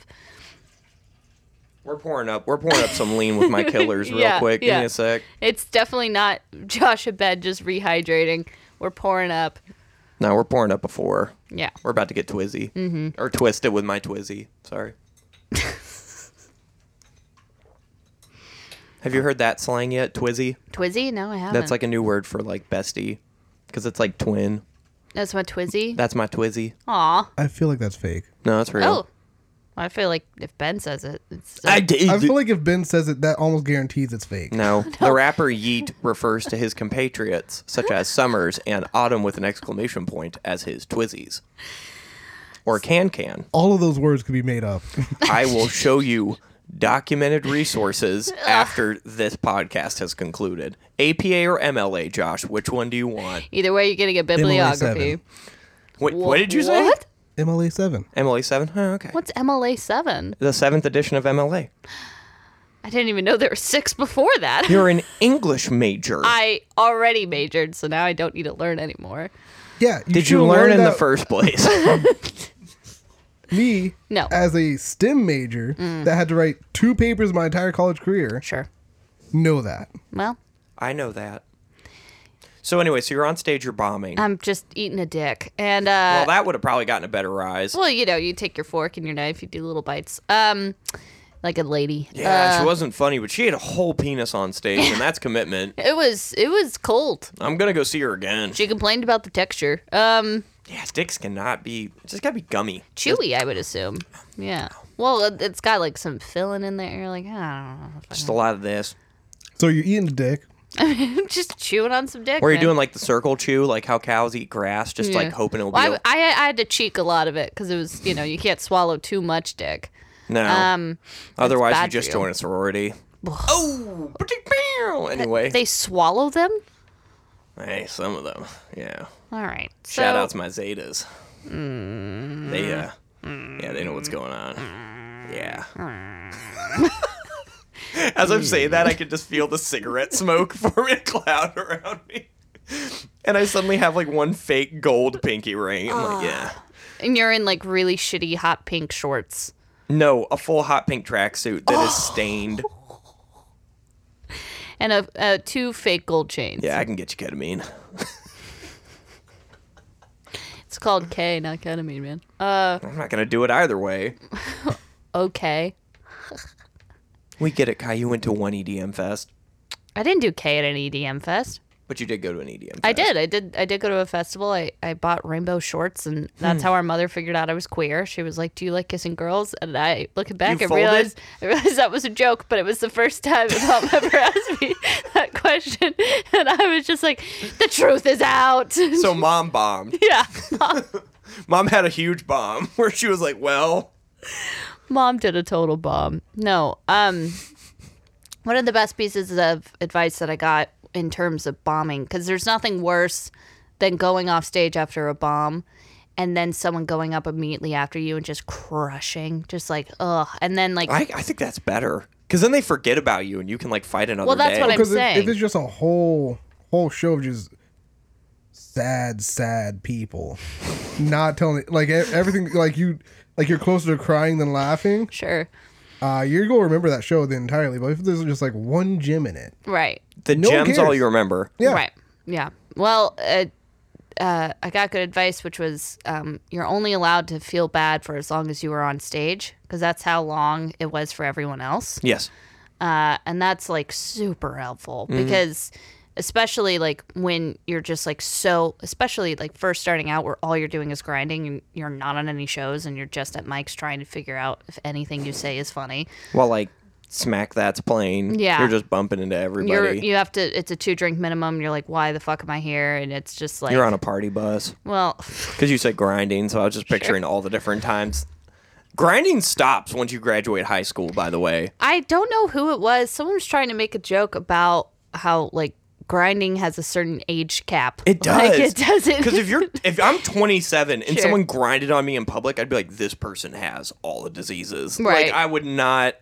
[SPEAKER 1] We're pouring up. We're pouring up some lean with my killers real
[SPEAKER 2] Yeah,
[SPEAKER 1] quick. Give
[SPEAKER 2] yeah.
[SPEAKER 1] me a sec.
[SPEAKER 2] it's definitely not Josh and Ben just rehydrating. We're pouring up.
[SPEAKER 1] No, we're pouring up a four.
[SPEAKER 2] Yeah.
[SPEAKER 1] We're about to get twizzy mm-hmm. or twisted with my twizzy. Sorry. Have you heard that slang yet, twizzy?
[SPEAKER 2] Twizzy? No, I haven't.
[SPEAKER 1] That's like a new word for like bestie, because it's like twin.
[SPEAKER 2] That's my Twizzy.
[SPEAKER 1] That's my twizzy.
[SPEAKER 2] Aw.
[SPEAKER 3] I feel like that's fake.
[SPEAKER 1] No, that's real.
[SPEAKER 2] Oh. I feel like if Ben says it, it's uh,
[SPEAKER 1] I did.
[SPEAKER 3] I feel like if Ben says it, that almost guarantees it's fake.
[SPEAKER 1] no, the rapper Yeet refers to his compatriots, such as Summers and Autumn with an exclamation point, as his twizzies. Or can can.
[SPEAKER 3] All of those words could be made up.
[SPEAKER 1] I will show you documented resources after this podcast has concluded. APA or MLA, Josh? Which one do you want?
[SPEAKER 2] either way you're getting a bibliography.
[SPEAKER 3] seven.
[SPEAKER 1] What, what did you
[SPEAKER 2] Wh-
[SPEAKER 1] say?
[SPEAKER 2] What?
[SPEAKER 3] MLA seven.
[SPEAKER 1] MLA seven. Oh, okay.
[SPEAKER 2] What's MLA seven?
[SPEAKER 1] The seventh edition of MLA.
[SPEAKER 2] I didn't even know there were six before that.
[SPEAKER 1] You're an English major.
[SPEAKER 2] I already majored, so now I don't need to learn anymore.
[SPEAKER 3] Yeah.
[SPEAKER 1] Did you
[SPEAKER 3] should've
[SPEAKER 1] learn in the
[SPEAKER 3] that-
[SPEAKER 1] first place?
[SPEAKER 3] Me
[SPEAKER 2] No. Mm.
[SPEAKER 3] as a STEM major that had to write two papers my entire college career
[SPEAKER 2] Sure.
[SPEAKER 3] know that.
[SPEAKER 2] Well,
[SPEAKER 1] I know that. So anyway, so you're on stage, you're bombing.
[SPEAKER 2] I'm just eating a dick, and uh,
[SPEAKER 1] well, that would have probably gotten a better rise.
[SPEAKER 2] Well, you know, you take your fork and your knife, you do little bites. Um, like a lady.
[SPEAKER 1] yeah,
[SPEAKER 2] uh,
[SPEAKER 1] she wasn't funny, but she had a whole penis on stage, and that's commitment.
[SPEAKER 2] It was it was cold.
[SPEAKER 1] I'm gonna go see her again.
[SPEAKER 2] She complained about the texture. Um,
[SPEAKER 1] Yeah, sticks cannot be. It's just gotta be gummy.
[SPEAKER 2] chewy, I would assume. Yeah. Well, it- it's got like some filling in there. You're like, I don't
[SPEAKER 1] Just a lot of this.
[SPEAKER 3] So you're eating a dick.
[SPEAKER 2] know. just chewing on some dick.
[SPEAKER 1] Were you
[SPEAKER 2] man.
[SPEAKER 1] doing like the circle chew, like how cows eat grass, just
[SPEAKER 2] Yeah.
[SPEAKER 1] like hoping it'll be?
[SPEAKER 2] Well,
[SPEAKER 1] o-
[SPEAKER 2] I, I, I had to cheek a lot of it because it was you know you can't swallow too much dick.
[SPEAKER 1] no.
[SPEAKER 2] Um,
[SPEAKER 1] Otherwise, you
[SPEAKER 2] bad
[SPEAKER 1] just
[SPEAKER 2] for you.
[SPEAKER 1] join a sorority. oh, ba-ding-bow. anyway.
[SPEAKER 2] they swallow them.
[SPEAKER 1] hey, some of them. Yeah.
[SPEAKER 2] All right. So,
[SPEAKER 1] Shout out to my Zetas. They uh, yeah, they know what's going on. Yeah. As I'm saying that, I can just feel the cigarette smoke form in a cloud around me, and I suddenly have like one fake gold pinky ring. I'm like, yeah.
[SPEAKER 2] and you're in like really shitty hot pink shorts.
[SPEAKER 1] No, a full hot pink tracksuit that is stained.
[SPEAKER 2] and a, a two fake gold chains.
[SPEAKER 1] Yeah, I can get you ketamine.
[SPEAKER 2] It's called K, not ketamine, man. Uh,
[SPEAKER 1] I'm not gonna do it either way.
[SPEAKER 2] okay.
[SPEAKER 1] We get it, Kai. You went to one EDM fest,
[SPEAKER 2] I didn't do K at an EDM fest.
[SPEAKER 1] but you did go to an EDM. Fest.
[SPEAKER 2] I did. I did. I did go to a festival. I, I bought rainbow shorts, and that's how our mother figured out I was queer. She was like, "Do you like kissing girls?" And I, looking back,
[SPEAKER 1] You
[SPEAKER 2] I realized I realized that was a joke, but it was the first time my mom ever asked me that question, and I was just like, "The truth is out."
[SPEAKER 1] So mom bombed.
[SPEAKER 2] yeah,
[SPEAKER 1] Mom had a huge bomb where she was like, "Well,
[SPEAKER 2] Mom did a total bomb. No. Um one of the best pieces of advice that I got in terms of bombing cuz there's nothing worse than going off stage after a bomb and then someone going up immediately after you and just crushing, just like ugh, and then like
[SPEAKER 1] I, I think that's better because then they forget about you and you can like fight another
[SPEAKER 2] Well, that's
[SPEAKER 1] day.
[SPEAKER 2] what I'm
[SPEAKER 3] Because if, if
[SPEAKER 2] saying.
[SPEAKER 3] it's just a whole whole show of just sad, sad people, not telling like e- everything, like you, like you're closer to crying than laughing.
[SPEAKER 2] sure,
[SPEAKER 3] Uh, you're gonna remember that show then entirely. But if there's just like one gem in it,
[SPEAKER 2] right,
[SPEAKER 1] the
[SPEAKER 3] No one
[SPEAKER 1] gem's all
[SPEAKER 3] cares.
[SPEAKER 1] you remember.
[SPEAKER 3] yeah,
[SPEAKER 2] right, yeah. Well, uh, uh, I got good advice, which was um, you're only allowed to feel bad for as long as you were on stage, because that's how long it was for everyone else.
[SPEAKER 1] Yes.
[SPEAKER 2] uh, and that's like super helpful
[SPEAKER 1] Mm-hmm.
[SPEAKER 2] because especially like when you're just like so especially like first starting out where all you're doing is grinding and you're not on any shows and you're just at mics trying to figure out if anything you say is funny
[SPEAKER 1] Well, like smack that's playing.
[SPEAKER 2] Yeah.
[SPEAKER 1] You're just bumping into
[SPEAKER 2] you're
[SPEAKER 1] everybody. You're,
[SPEAKER 2] you have to it's a two drink minimum you're like why the fuck am i here and it's just like
[SPEAKER 1] on a party bus
[SPEAKER 2] well
[SPEAKER 1] because you said grinding, so I was just picturing all the different times. Grinding stops once you graduate high school. By the way,
[SPEAKER 2] I don't know who it was. Someone was trying to make a joke about how like grinding has a certain age cap.
[SPEAKER 1] It does.
[SPEAKER 2] Like, it doesn't.
[SPEAKER 1] Because if you're if I'm 27 and
[SPEAKER 2] Sure.
[SPEAKER 1] someone grinded on me in public, I'd be like, this person has all the diseases.
[SPEAKER 2] Right.
[SPEAKER 1] Like I would not.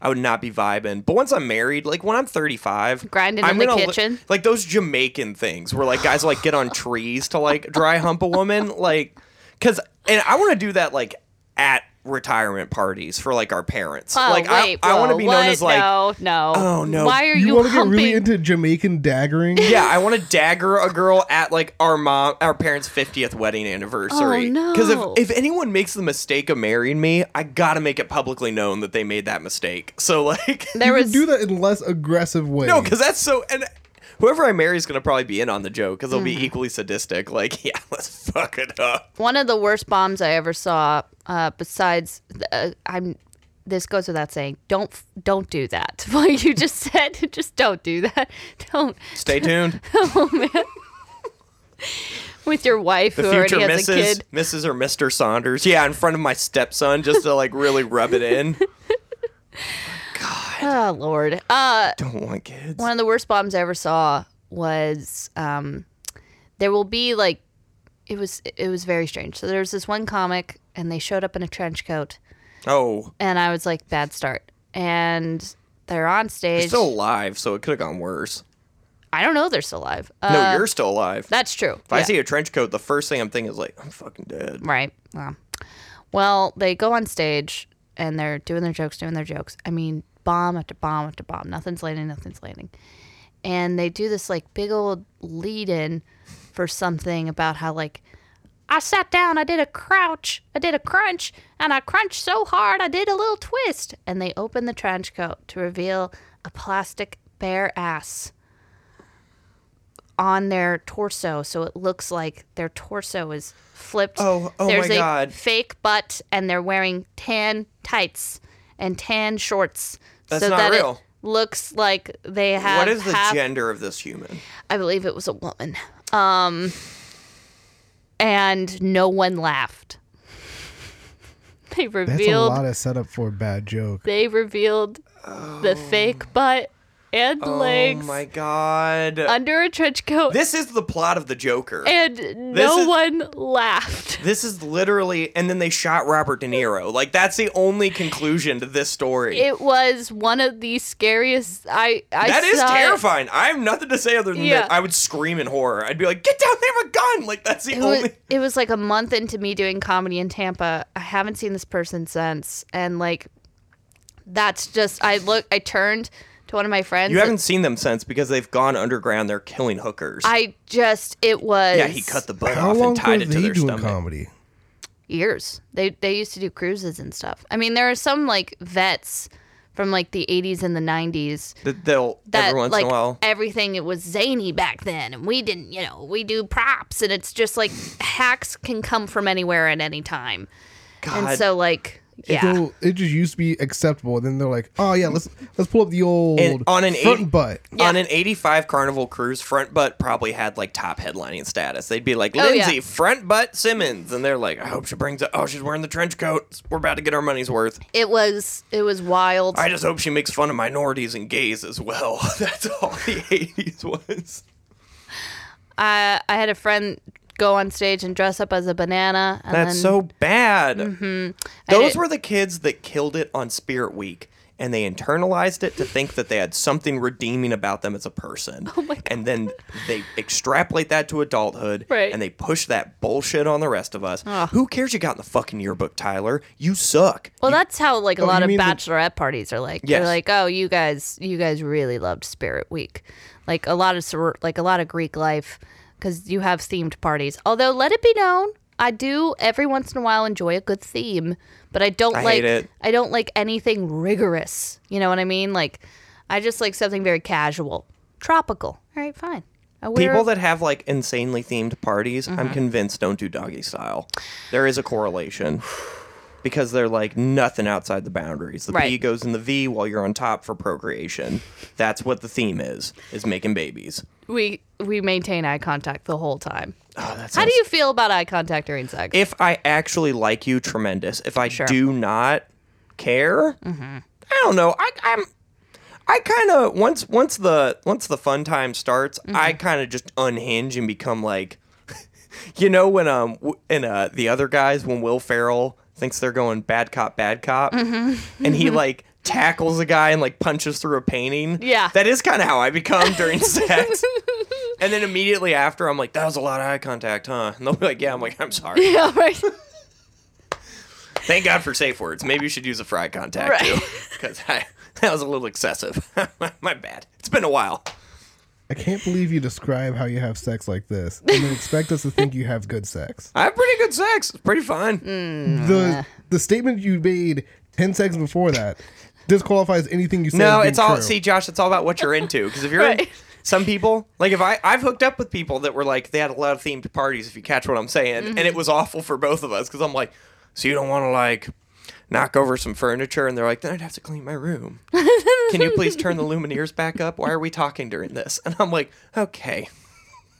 [SPEAKER 1] I would not be vibing. But once I'm married, like when I'm 35,
[SPEAKER 2] Grinding
[SPEAKER 1] I'm
[SPEAKER 2] in the
[SPEAKER 1] gonna li-
[SPEAKER 2] kitchen?
[SPEAKER 1] like those Jamaican things where like guys like get on trees to like dry hump a woman, like because and I want to do that like at retirement parties for like our parents.
[SPEAKER 2] Oh,
[SPEAKER 1] like
[SPEAKER 2] wait,
[SPEAKER 1] I, I want to
[SPEAKER 2] whoa,
[SPEAKER 1] be known
[SPEAKER 2] what?
[SPEAKER 1] as like
[SPEAKER 2] no, no.
[SPEAKER 1] Oh, no.
[SPEAKER 2] Why are
[SPEAKER 3] You,
[SPEAKER 2] you,
[SPEAKER 3] want to get
[SPEAKER 2] humping?
[SPEAKER 3] really into Jamaican daggering?
[SPEAKER 1] Yeah, I want to dagger a girl at like our mom, our parents' fiftieth wedding anniversary.
[SPEAKER 2] Oh, no.
[SPEAKER 1] if if anyone makes the mistake of marrying me, I gotta make it publicly known that they made that mistake. So like,
[SPEAKER 2] there was
[SPEAKER 3] You could do that in less aggressive ways.
[SPEAKER 1] no, because that's so. And whoever I marry is gonna probably be in on the joke because they'll
[SPEAKER 2] Mm-hmm.
[SPEAKER 1] be equally sadistic. Like, yeah, let's fuck it up.
[SPEAKER 2] one of the worst bombs I ever saw. Uh, besides, uh, I'm. This goes without saying. Don't f- don't do that. What you just said. Just don't do that. Don't
[SPEAKER 1] Stay tuned.
[SPEAKER 2] with your wife
[SPEAKER 1] The
[SPEAKER 2] who
[SPEAKER 1] future
[SPEAKER 2] already has a
[SPEAKER 1] Mrs.
[SPEAKER 2] kid.
[SPEAKER 1] Mrs. or Mr. Saunders. Yeah, in front of my stepson, just to like really rub it in. God,
[SPEAKER 2] Oh Lord. Uh,
[SPEAKER 1] don't want kids.
[SPEAKER 2] one of the worst bombs I ever saw was um, there will be like it was it was very strange. So there was this one comic and they showed up in a trench coat
[SPEAKER 1] Oh,
[SPEAKER 2] and I was like bad start. And they're on
[SPEAKER 1] you're
[SPEAKER 2] stage.
[SPEAKER 1] still alive, so it could have gone worse.
[SPEAKER 2] I don't know they're still alive. Uh,
[SPEAKER 1] No, you're still alive.
[SPEAKER 2] that's true.
[SPEAKER 1] If I
[SPEAKER 2] Yeah.
[SPEAKER 1] see a trench coat, the first thing I'm thinking is like, I'm fucking dead.
[SPEAKER 2] Right. Wow. Well, they go on stage and they're doing their jokes, doing their jokes. I mean, bomb after bomb after bomb. Nothing's landing, nothing's landing. And they do this like big old lead in for something about how like I sat down, I did a crouch, I did a crunch, and I crunched so hard I did a little twist. And they open the trench coat to reveal a plastic bare ass on their torso, so it looks like their torso is flipped.
[SPEAKER 1] Oh, oh my
[SPEAKER 2] There's a
[SPEAKER 1] God.
[SPEAKER 2] fake butt, and they're wearing tan tights and tan shorts.
[SPEAKER 1] That's
[SPEAKER 2] so
[SPEAKER 1] not
[SPEAKER 2] that
[SPEAKER 1] real.
[SPEAKER 2] It looks like they have.
[SPEAKER 1] What is the
[SPEAKER 2] half-
[SPEAKER 1] gender of this human?
[SPEAKER 2] I believe it was a woman. Um, and no one laughed. They
[SPEAKER 3] that's a
[SPEAKER 2] revealed
[SPEAKER 3] lot of setup for a bad joke.
[SPEAKER 2] they revealed the fake butt and legs
[SPEAKER 1] Oh my god.
[SPEAKER 2] under a trench coat,
[SPEAKER 1] this is the plot of the Joker.
[SPEAKER 2] and no
[SPEAKER 1] is-
[SPEAKER 2] one laughed.
[SPEAKER 1] this is literally and then they shot Robert De Niro. Like that's the only conclusion to this story.
[SPEAKER 2] It was one of the scariest. I I
[SPEAKER 1] that is
[SPEAKER 2] saw it.
[SPEAKER 1] terrifying. I have nothing to say other than
[SPEAKER 2] Yeah.
[SPEAKER 1] that I would scream in horror. I'd be like, "Get down there with a gun!" Like that's the
[SPEAKER 2] It
[SPEAKER 1] only.
[SPEAKER 2] was, it was like a month into me doing comedy in Tampa. I haven't seen this person since, and like, that's just. I look. I turned to one of my friends.
[SPEAKER 1] you haven't seen them since because they've gone underground. They're killing hookers.
[SPEAKER 2] I just. It was.
[SPEAKER 1] yeah, he cut the butt
[SPEAKER 3] How
[SPEAKER 1] off
[SPEAKER 3] long
[SPEAKER 1] and tied
[SPEAKER 3] was
[SPEAKER 1] it to
[SPEAKER 3] he
[SPEAKER 1] their
[SPEAKER 3] doing
[SPEAKER 1] stomach.
[SPEAKER 3] comedy?
[SPEAKER 2] years. They they used to do cruises and stuff. I mean, there are some like vets from like the 80s and the 90s
[SPEAKER 1] That they'll
[SPEAKER 2] that
[SPEAKER 1] every once
[SPEAKER 2] like
[SPEAKER 1] in a while.
[SPEAKER 2] everything it was zany back then and we didn't you know we do props and it's just like hacks can come from anywhere at any time
[SPEAKER 1] God.
[SPEAKER 2] and so like yeah
[SPEAKER 3] So it just used to be acceptable. Then they're like, oh yeah, let's let's pull up the old
[SPEAKER 1] And on an
[SPEAKER 3] front
[SPEAKER 1] eighty-
[SPEAKER 3] butt.
[SPEAKER 2] Yeah.
[SPEAKER 1] On an 85 Carnival cruise, front butt probably had like top headlining status. They'd be like,
[SPEAKER 2] Oh, yeah.
[SPEAKER 1] Lindsay, front butt Simmons. And they're like, I hope she brings it. Oh, she's wearing the trench coat. We're about to get our money's worth.
[SPEAKER 2] it was it was wild
[SPEAKER 1] I just hope she makes fun of minorities and gays as well. That's all the 80s was.
[SPEAKER 2] I I had a friend go on stage and dress up as a banana. And
[SPEAKER 1] That's
[SPEAKER 2] then, Mm-hmm.
[SPEAKER 1] so bad.
[SPEAKER 2] I
[SPEAKER 1] Those
[SPEAKER 2] did-
[SPEAKER 1] were the kids that killed it on Spirit Week, and they internalized it to think that they had something redeeming about them as a person. Oh my God. And then they extrapolate that to adulthood,
[SPEAKER 2] Right.
[SPEAKER 1] and they push that bullshit on the rest of us. Who cares you got in the fucking yearbook, Tyler? You suck.
[SPEAKER 2] Well, that's how like a
[SPEAKER 3] Oh,
[SPEAKER 2] lot
[SPEAKER 3] you
[SPEAKER 2] of
[SPEAKER 3] mean the-
[SPEAKER 2] bachelorette parties are like.
[SPEAKER 1] Yes.
[SPEAKER 2] They're like, oh, you guys, you guys really loved Spirit Week, like a lot of soror- like a lot of Greek life, because you have themed parties. Although, let it be known, I do every once in a while enjoy a good theme, but I don't
[SPEAKER 1] I
[SPEAKER 2] like
[SPEAKER 1] hate it.
[SPEAKER 2] I don't like anything rigorous. You know what I mean? Like, I just like something very casual, tropical. All right, fine. I wear
[SPEAKER 1] People that have like insanely themed parties, I'm
[SPEAKER 2] Mm-hmm.
[SPEAKER 1] convinced don't do doggy style. There is a correlation because they're like nothing outside the boundaries. The P
[SPEAKER 2] Right.
[SPEAKER 1] goes in the V while you're on top for procreation. That's what the theme is: is making babies.
[SPEAKER 2] we we maintain eye contact the whole time.
[SPEAKER 1] Oh, that's
[SPEAKER 2] How do you feel about eye contact during sex?
[SPEAKER 1] If I actually like you, tremendous. If I do not care, I don't know. I, I'm. I kind of once once the once the fun time starts, I kind of just unhinge and become like, you know, when um w- and uh the other guys when Will Ferrell thinks they're going bad cop bad cop, and he like tackles a guy and like punches through a painting.
[SPEAKER 2] Yeah.
[SPEAKER 1] that is kind of how I become during sex. And then immediately after, I'm like, that was a lot of eye contact, huh? And they'll be like, yeah. I'm like, I'm sorry.
[SPEAKER 2] yeah, right.
[SPEAKER 1] Thank God for safe words. Maybe you should use a fry contact
[SPEAKER 2] Right.
[SPEAKER 1] too, because that was a little excessive. my, my bad. It's been a while.
[SPEAKER 3] I can't believe you describe how you have sex like this and then expect us to think you have good sex.
[SPEAKER 1] I have pretty good sex. It's pretty fun.
[SPEAKER 2] Mm.
[SPEAKER 3] The the statement you made 10 seconds before that disqualifies anything you say.
[SPEAKER 1] No,
[SPEAKER 3] as being
[SPEAKER 1] it's all
[SPEAKER 3] true.
[SPEAKER 1] see, Josh. It's all about what you're into. Because if you're in,
[SPEAKER 2] Right.
[SPEAKER 1] some people, like if I I've hooked up with people that were like they had a lot of themed parties. If you catch what I'm saying, and
[SPEAKER 2] Mm-hmm.
[SPEAKER 1] it was awful for both of us because I'm like, so you don't want to like knock over some furniture, and they're like, then I'd have to clean my room. Can you please turn the lumineers back up? Why are we talking during this? And I'm like, okay.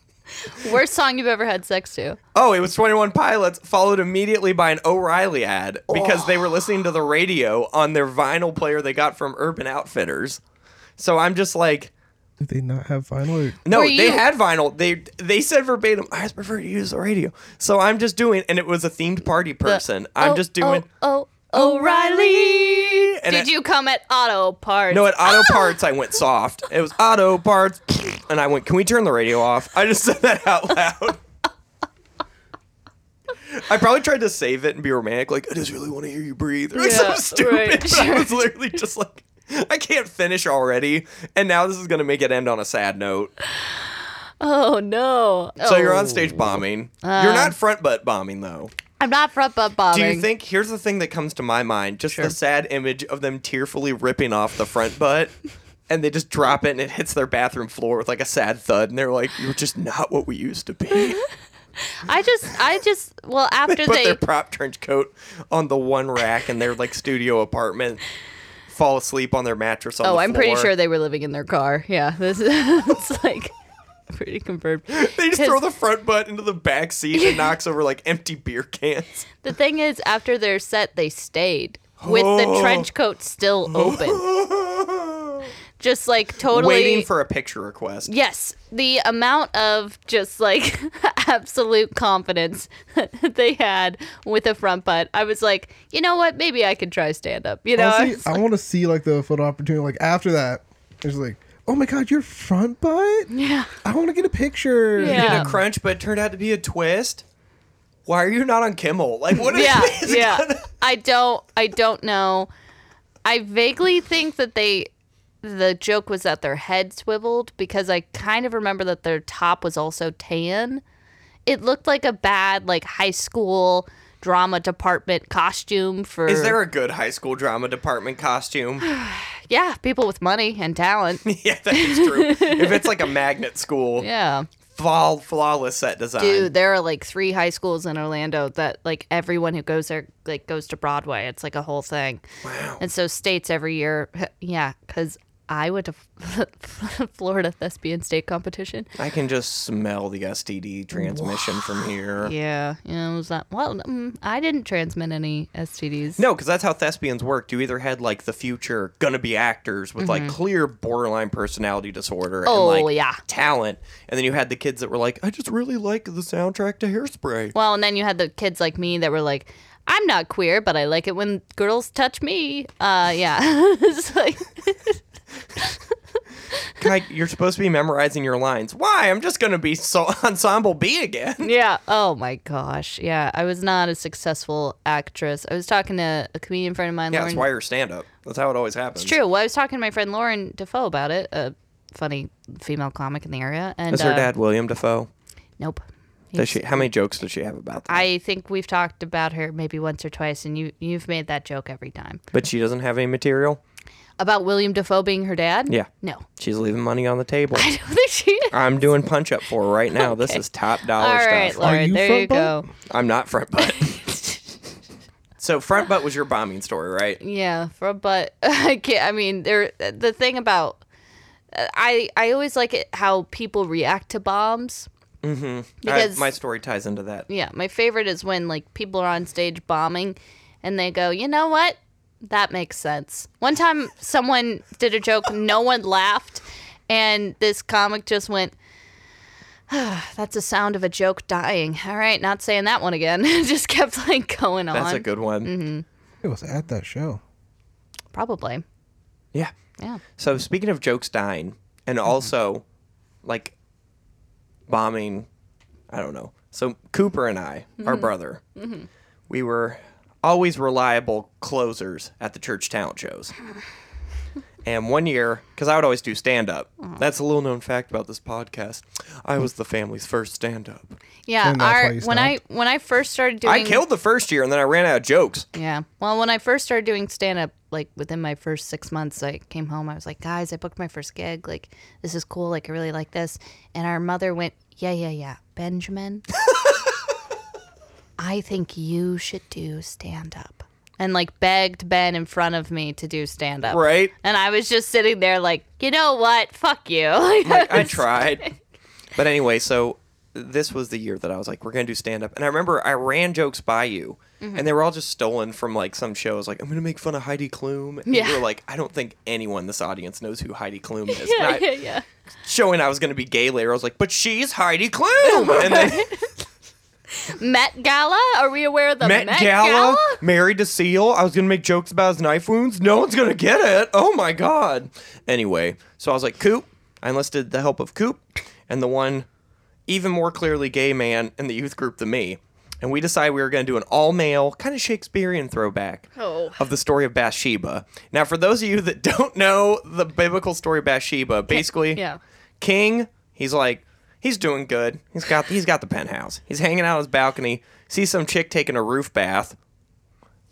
[SPEAKER 2] Worst song you've ever had sex to.
[SPEAKER 1] Oh, it was 21 Pilots, followed immediately by an O'Reilly ad because they were
[SPEAKER 2] Oh.
[SPEAKER 1] listening to the radio on their vinyl player they got from Urban Outfitters. So I'm just like,
[SPEAKER 3] Did they not have vinyl? Or-
[SPEAKER 1] no,
[SPEAKER 2] Were
[SPEAKER 1] they
[SPEAKER 2] you-
[SPEAKER 1] had vinyl. They they said verbatim, I just prefer to use the radio. So I'm just doing, and it was a themed party person. I'm
[SPEAKER 2] Oh,
[SPEAKER 1] just doing
[SPEAKER 2] Oh, oh, O'Reilly.
[SPEAKER 1] And
[SPEAKER 2] Did
[SPEAKER 1] I-
[SPEAKER 2] you come at auto parts?
[SPEAKER 1] No, at Auto Parts, I went soft. It was Auto Parts, and I went, "Can we turn the radio off?" I just said that out loud. I probably tried to save it and be romantic, like I just really want to hear you breathe, or like,
[SPEAKER 2] Yeah,
[SPEAKER 1] something stupid.
[SPEAKER 2] right,
[SPEAKER 1] but I was literally just like, I can't finish already, and now this is gonna make it end on a sad note.
[SPEAKER 2] Oh no.
[SPEAKER 1] So you're on
[SPEAKER 2] Oh.
[SPEAKER 1] stage bombing. you're
[SPEAKER 2] Uh.
[SPEAKER 1] not front butt bombing though.
[SPEAKER 2] I'm not front butt bobbing.
[SPEAKER 1] Do you think? Here's the thing that comes to my mind: just the sad image of them tearfully ripping off the front butt, and they just drop it, and it hits their bathroom floor with like a sad thud, and they're like, "You're just not what we used to be."
[SPEAKER 2] I just, I just. Well, after
[SPEAKER 1] Put
[SPEAKER 2] they,
[SPEAKER 1] their prop trench coat on the one rack in their like studio apartment, fall asleep on their mattress on
[SPEAKER 2] oh,
[SPEAKER 1] the
[SPEAKER 2] I'm pretty
[SPEAKER 1] floor.
[SPEAKER 2] sure they were living in their car. Yeah, this is it's like pretty confirmed.
[SPEAKER 1] They just throw the front butt into the back seat and knocks over like empty beer cans.
[SPEAKER 2] The thing is, after their set, they stayed with the
[SPEAKER 1] Oh.
[SPEAKER 2] trench coat still open, just like totally
[SPEAKER 1] Waiting for a picture request.
[SPEAKER 2] Yes, the amount of just like absolute confidence that they had with a front butt. I was like, you know what? Maybe I could try stand up. You know, I
[SPEAKER 3] Honestly,
[SPEAKER 2] was-
[SPEAKER 3] I want to see like the photo opportunity. Like after that, it's like, oh my god, your front butt.
[SPEAKER 2] yeah,
[SPEAKER 3] I want to get a picture.
[SPEAKER 2] Yeah.
[SPEAKER 1] did a crunch, but it turned out to be a twist. Why are you not on Kimmel? Like, what is
[SPEAKER 2] yeah,
[SPEAKER 1] this?
[SPEAKER 2] yeah. I don't, I don't know. I vaguely think that they, the joke was that their head swiveled because I kind of remember that their top was also tan. It looked like a bad like high school drama department costume for.
[SPEAKER 1] Is there a good high school drama department costume?
[SPEAKER 2] Yeah, people with money and talent.
[SPEAKER 1] yeah, that is true. if it's like a magnet school,
[SPEAKER 2] Yeah.
[SPEAKER 1] fall, flawless set design.
[SPEAKER 2] Dude, there are like three high schools in Orlando that like everyone who goes there like goes to Broadway. It's like a whole thing. Wow. And so states every year, yeah, cuz I went to Florida thespian state competition.
[SPEAKER 1] I can just smell the STD transmission from here.
[SPEAKER 2] Yeah, yeah, it was that. Well, mm, I didn't transmit any STDs.
[SPEAKER 1] No, because that's how thespians worked. You either had like the future gonna be actors with like clear borderline personality disorder
[SPEAKER 2] Mm-hmm. Oh,
[SPEAKER 1] and like
[SPEAKER 2] yeah.
[SPEAKER 1] talent, and then you had the kids that were like, I just really like the soundtrack to Hairspray.
[SPEAKER 2] Well, and then you had the kids like me that were like, I'm not queer, but I like it when girls touch me. Uh, yeah. it's like,
[SPEAKER 1] Can I- you're supposed to be memorizing your lines. Why? I'm just gonna be so ensemble B again.
[SPEAKER 2] yeah. Oh my gosh. Yeah. I was not a successful actress. I was talking to a comedian friend of mine,
[SPEAKER 1] Yeah,
[SPEAKER 2] Lauren.
[SPEAKER 1] that's why you're stand up. That's how it always happens.
[SPEAKER 2] it's true. Well, I was talking to my friend Lauren Defoe about it, a funny female comic in the area. And
[SPEAKER 1] Is her
[SPEAKER 2] uh,
[SPEAKER 1] dad William Defoe?
[SPEAKER 2] Nope.
[SPEAKER 1] Does she? How many jokes does she have about that?
[SPEAKER 2] I think we've talked about her maybe once or twice, and you you've made that joke every time
[SPEAKER 1] but she doesn't have any material.
[SPEAKER 2] about William Defoe being her dad.
[SPEAKER 1] Yeah.
[SPEAKER 2] No,
[SPEAKER 1] She's leaving money on the table.
[SPEAKER 2] I don't think she. Is.
[SPEAKER 1] I'm doing punch up for her right now. This
[SPEAKER 2] Okay.
[SPEAKER 1] is top
[SPEAKER 2] All
[SPEAKER 1] dollar
[SPEAKER 2] right,
[SPEAKER 1] stuff.
[SPEAKER 3] Are
[SPEAKER 2] Laura,
[SPEAKER 3] you
[SPEAKER 2] there
[SPEAKER 3] front
[SPEAKER 2] you
[SPEAKER 3] butt?
[SPEAKER 2] go.
[SPEAKER 1] I'm not front butt. so front butt was your bombing story, right?
[SPEAKER 2] Yeah, for but I can't. I mean, there the thing about I I always like it how people react to bombs.
[SPEAKER 1] I-
[SPEAKER 2] Because-
[SPEAKER 1] my story ties into that.
[SPEAKER 2] Yeah, my favorite is when like people are on stage bombing, and they go, you know what? That makes sense. One time, someone did a joke, no one laughed, and this comic just went. "Ah, That's the sound of a joke dying. All right, not saying that one again. Just kept like going on. Mm-hmm.
[SPEAKER 1] That's a good one.
[SPEAKER 3] It was at that show.
[SPEAKER 2] Probably.
[SPEAKER 1] Yeah.
[SPEAKER 2] Yeah.
[SPEAKER 1] So speaking of jokes dying, and also, like, bombing. I don't know. So Cooper and I, our brother, we were always reliable closers at the church talent shows. And one year, because I would always do stand up. That's a little known fact about this podcast. I was the family's first stand up.
[SPEAKER 2] Yeah,
[SPEAKER 3] And that's why
[SPEAKER 2] our,
[SPEAKER 3] you
[SPEAKER 2] when I when I first started doing
[SPEAKER 1] I killed the first year and then I ran out of jokes.
[SPEAKER 2] Yeah. Well, when I first started doing stand up, like within my first six months, I came home. I was like, guys, I booked my first gig. Like, this is cool. Like, I really like this. And our mother went, yeah, yeah, yeah. Benjamin, I think you should do stand up. And like begged Ben in front of me to do stand up.
[SPEAKER 1] Right?
[SPEAKER 2] And I was just sitting there like, you know what? Fuck you. Like,
[SPEAKER 1] like, I tried. But anyway, so this was the year that I was like, we're going to do stand up. And I remember I ran jokes by you, and they were all just stolen from like some shows. Like, I'm going to make fun of Heidi Klum. And
[SPEAKER 2] Yeah.
[SPEAKER 1] you were like, I don't think anyone in this audience knows who Heidi Klum is. And
[SPEAKER 2] yeah,
[SPEAKER 1] I-
[SPEAKER 2] yeah, yeah.
[SPEAKER 1] showing I was going to be gay later, I was like, but she's Heidi Klum. And then
[SPEAKER 2] Met Gala? Are we aware of the
[SPEAKER 1] Met, Gala, married to Seal. I was gonna make jokes about his knife wounds. No one's gonna get it. Oh my god. Anyway, so I was like, Coop. I enlisted the help of Coop and the one even more clearly gay man in the youth group than me. And we decided we were going to do an all male, kind of Shakespearean throwback
[SPEAKER 2] Oh.
[SPEAKER 1] of the story of Bathsheba. Now, for those of you that don't know the biblical story of Bathsheba, basically,
[SPEAKER 2] yeah.
[SPEAKER 1] King, he's like, he's doing good. He's got he's got the penthouse. He's hanging out on his balcony, sees some chick taking a roof bath.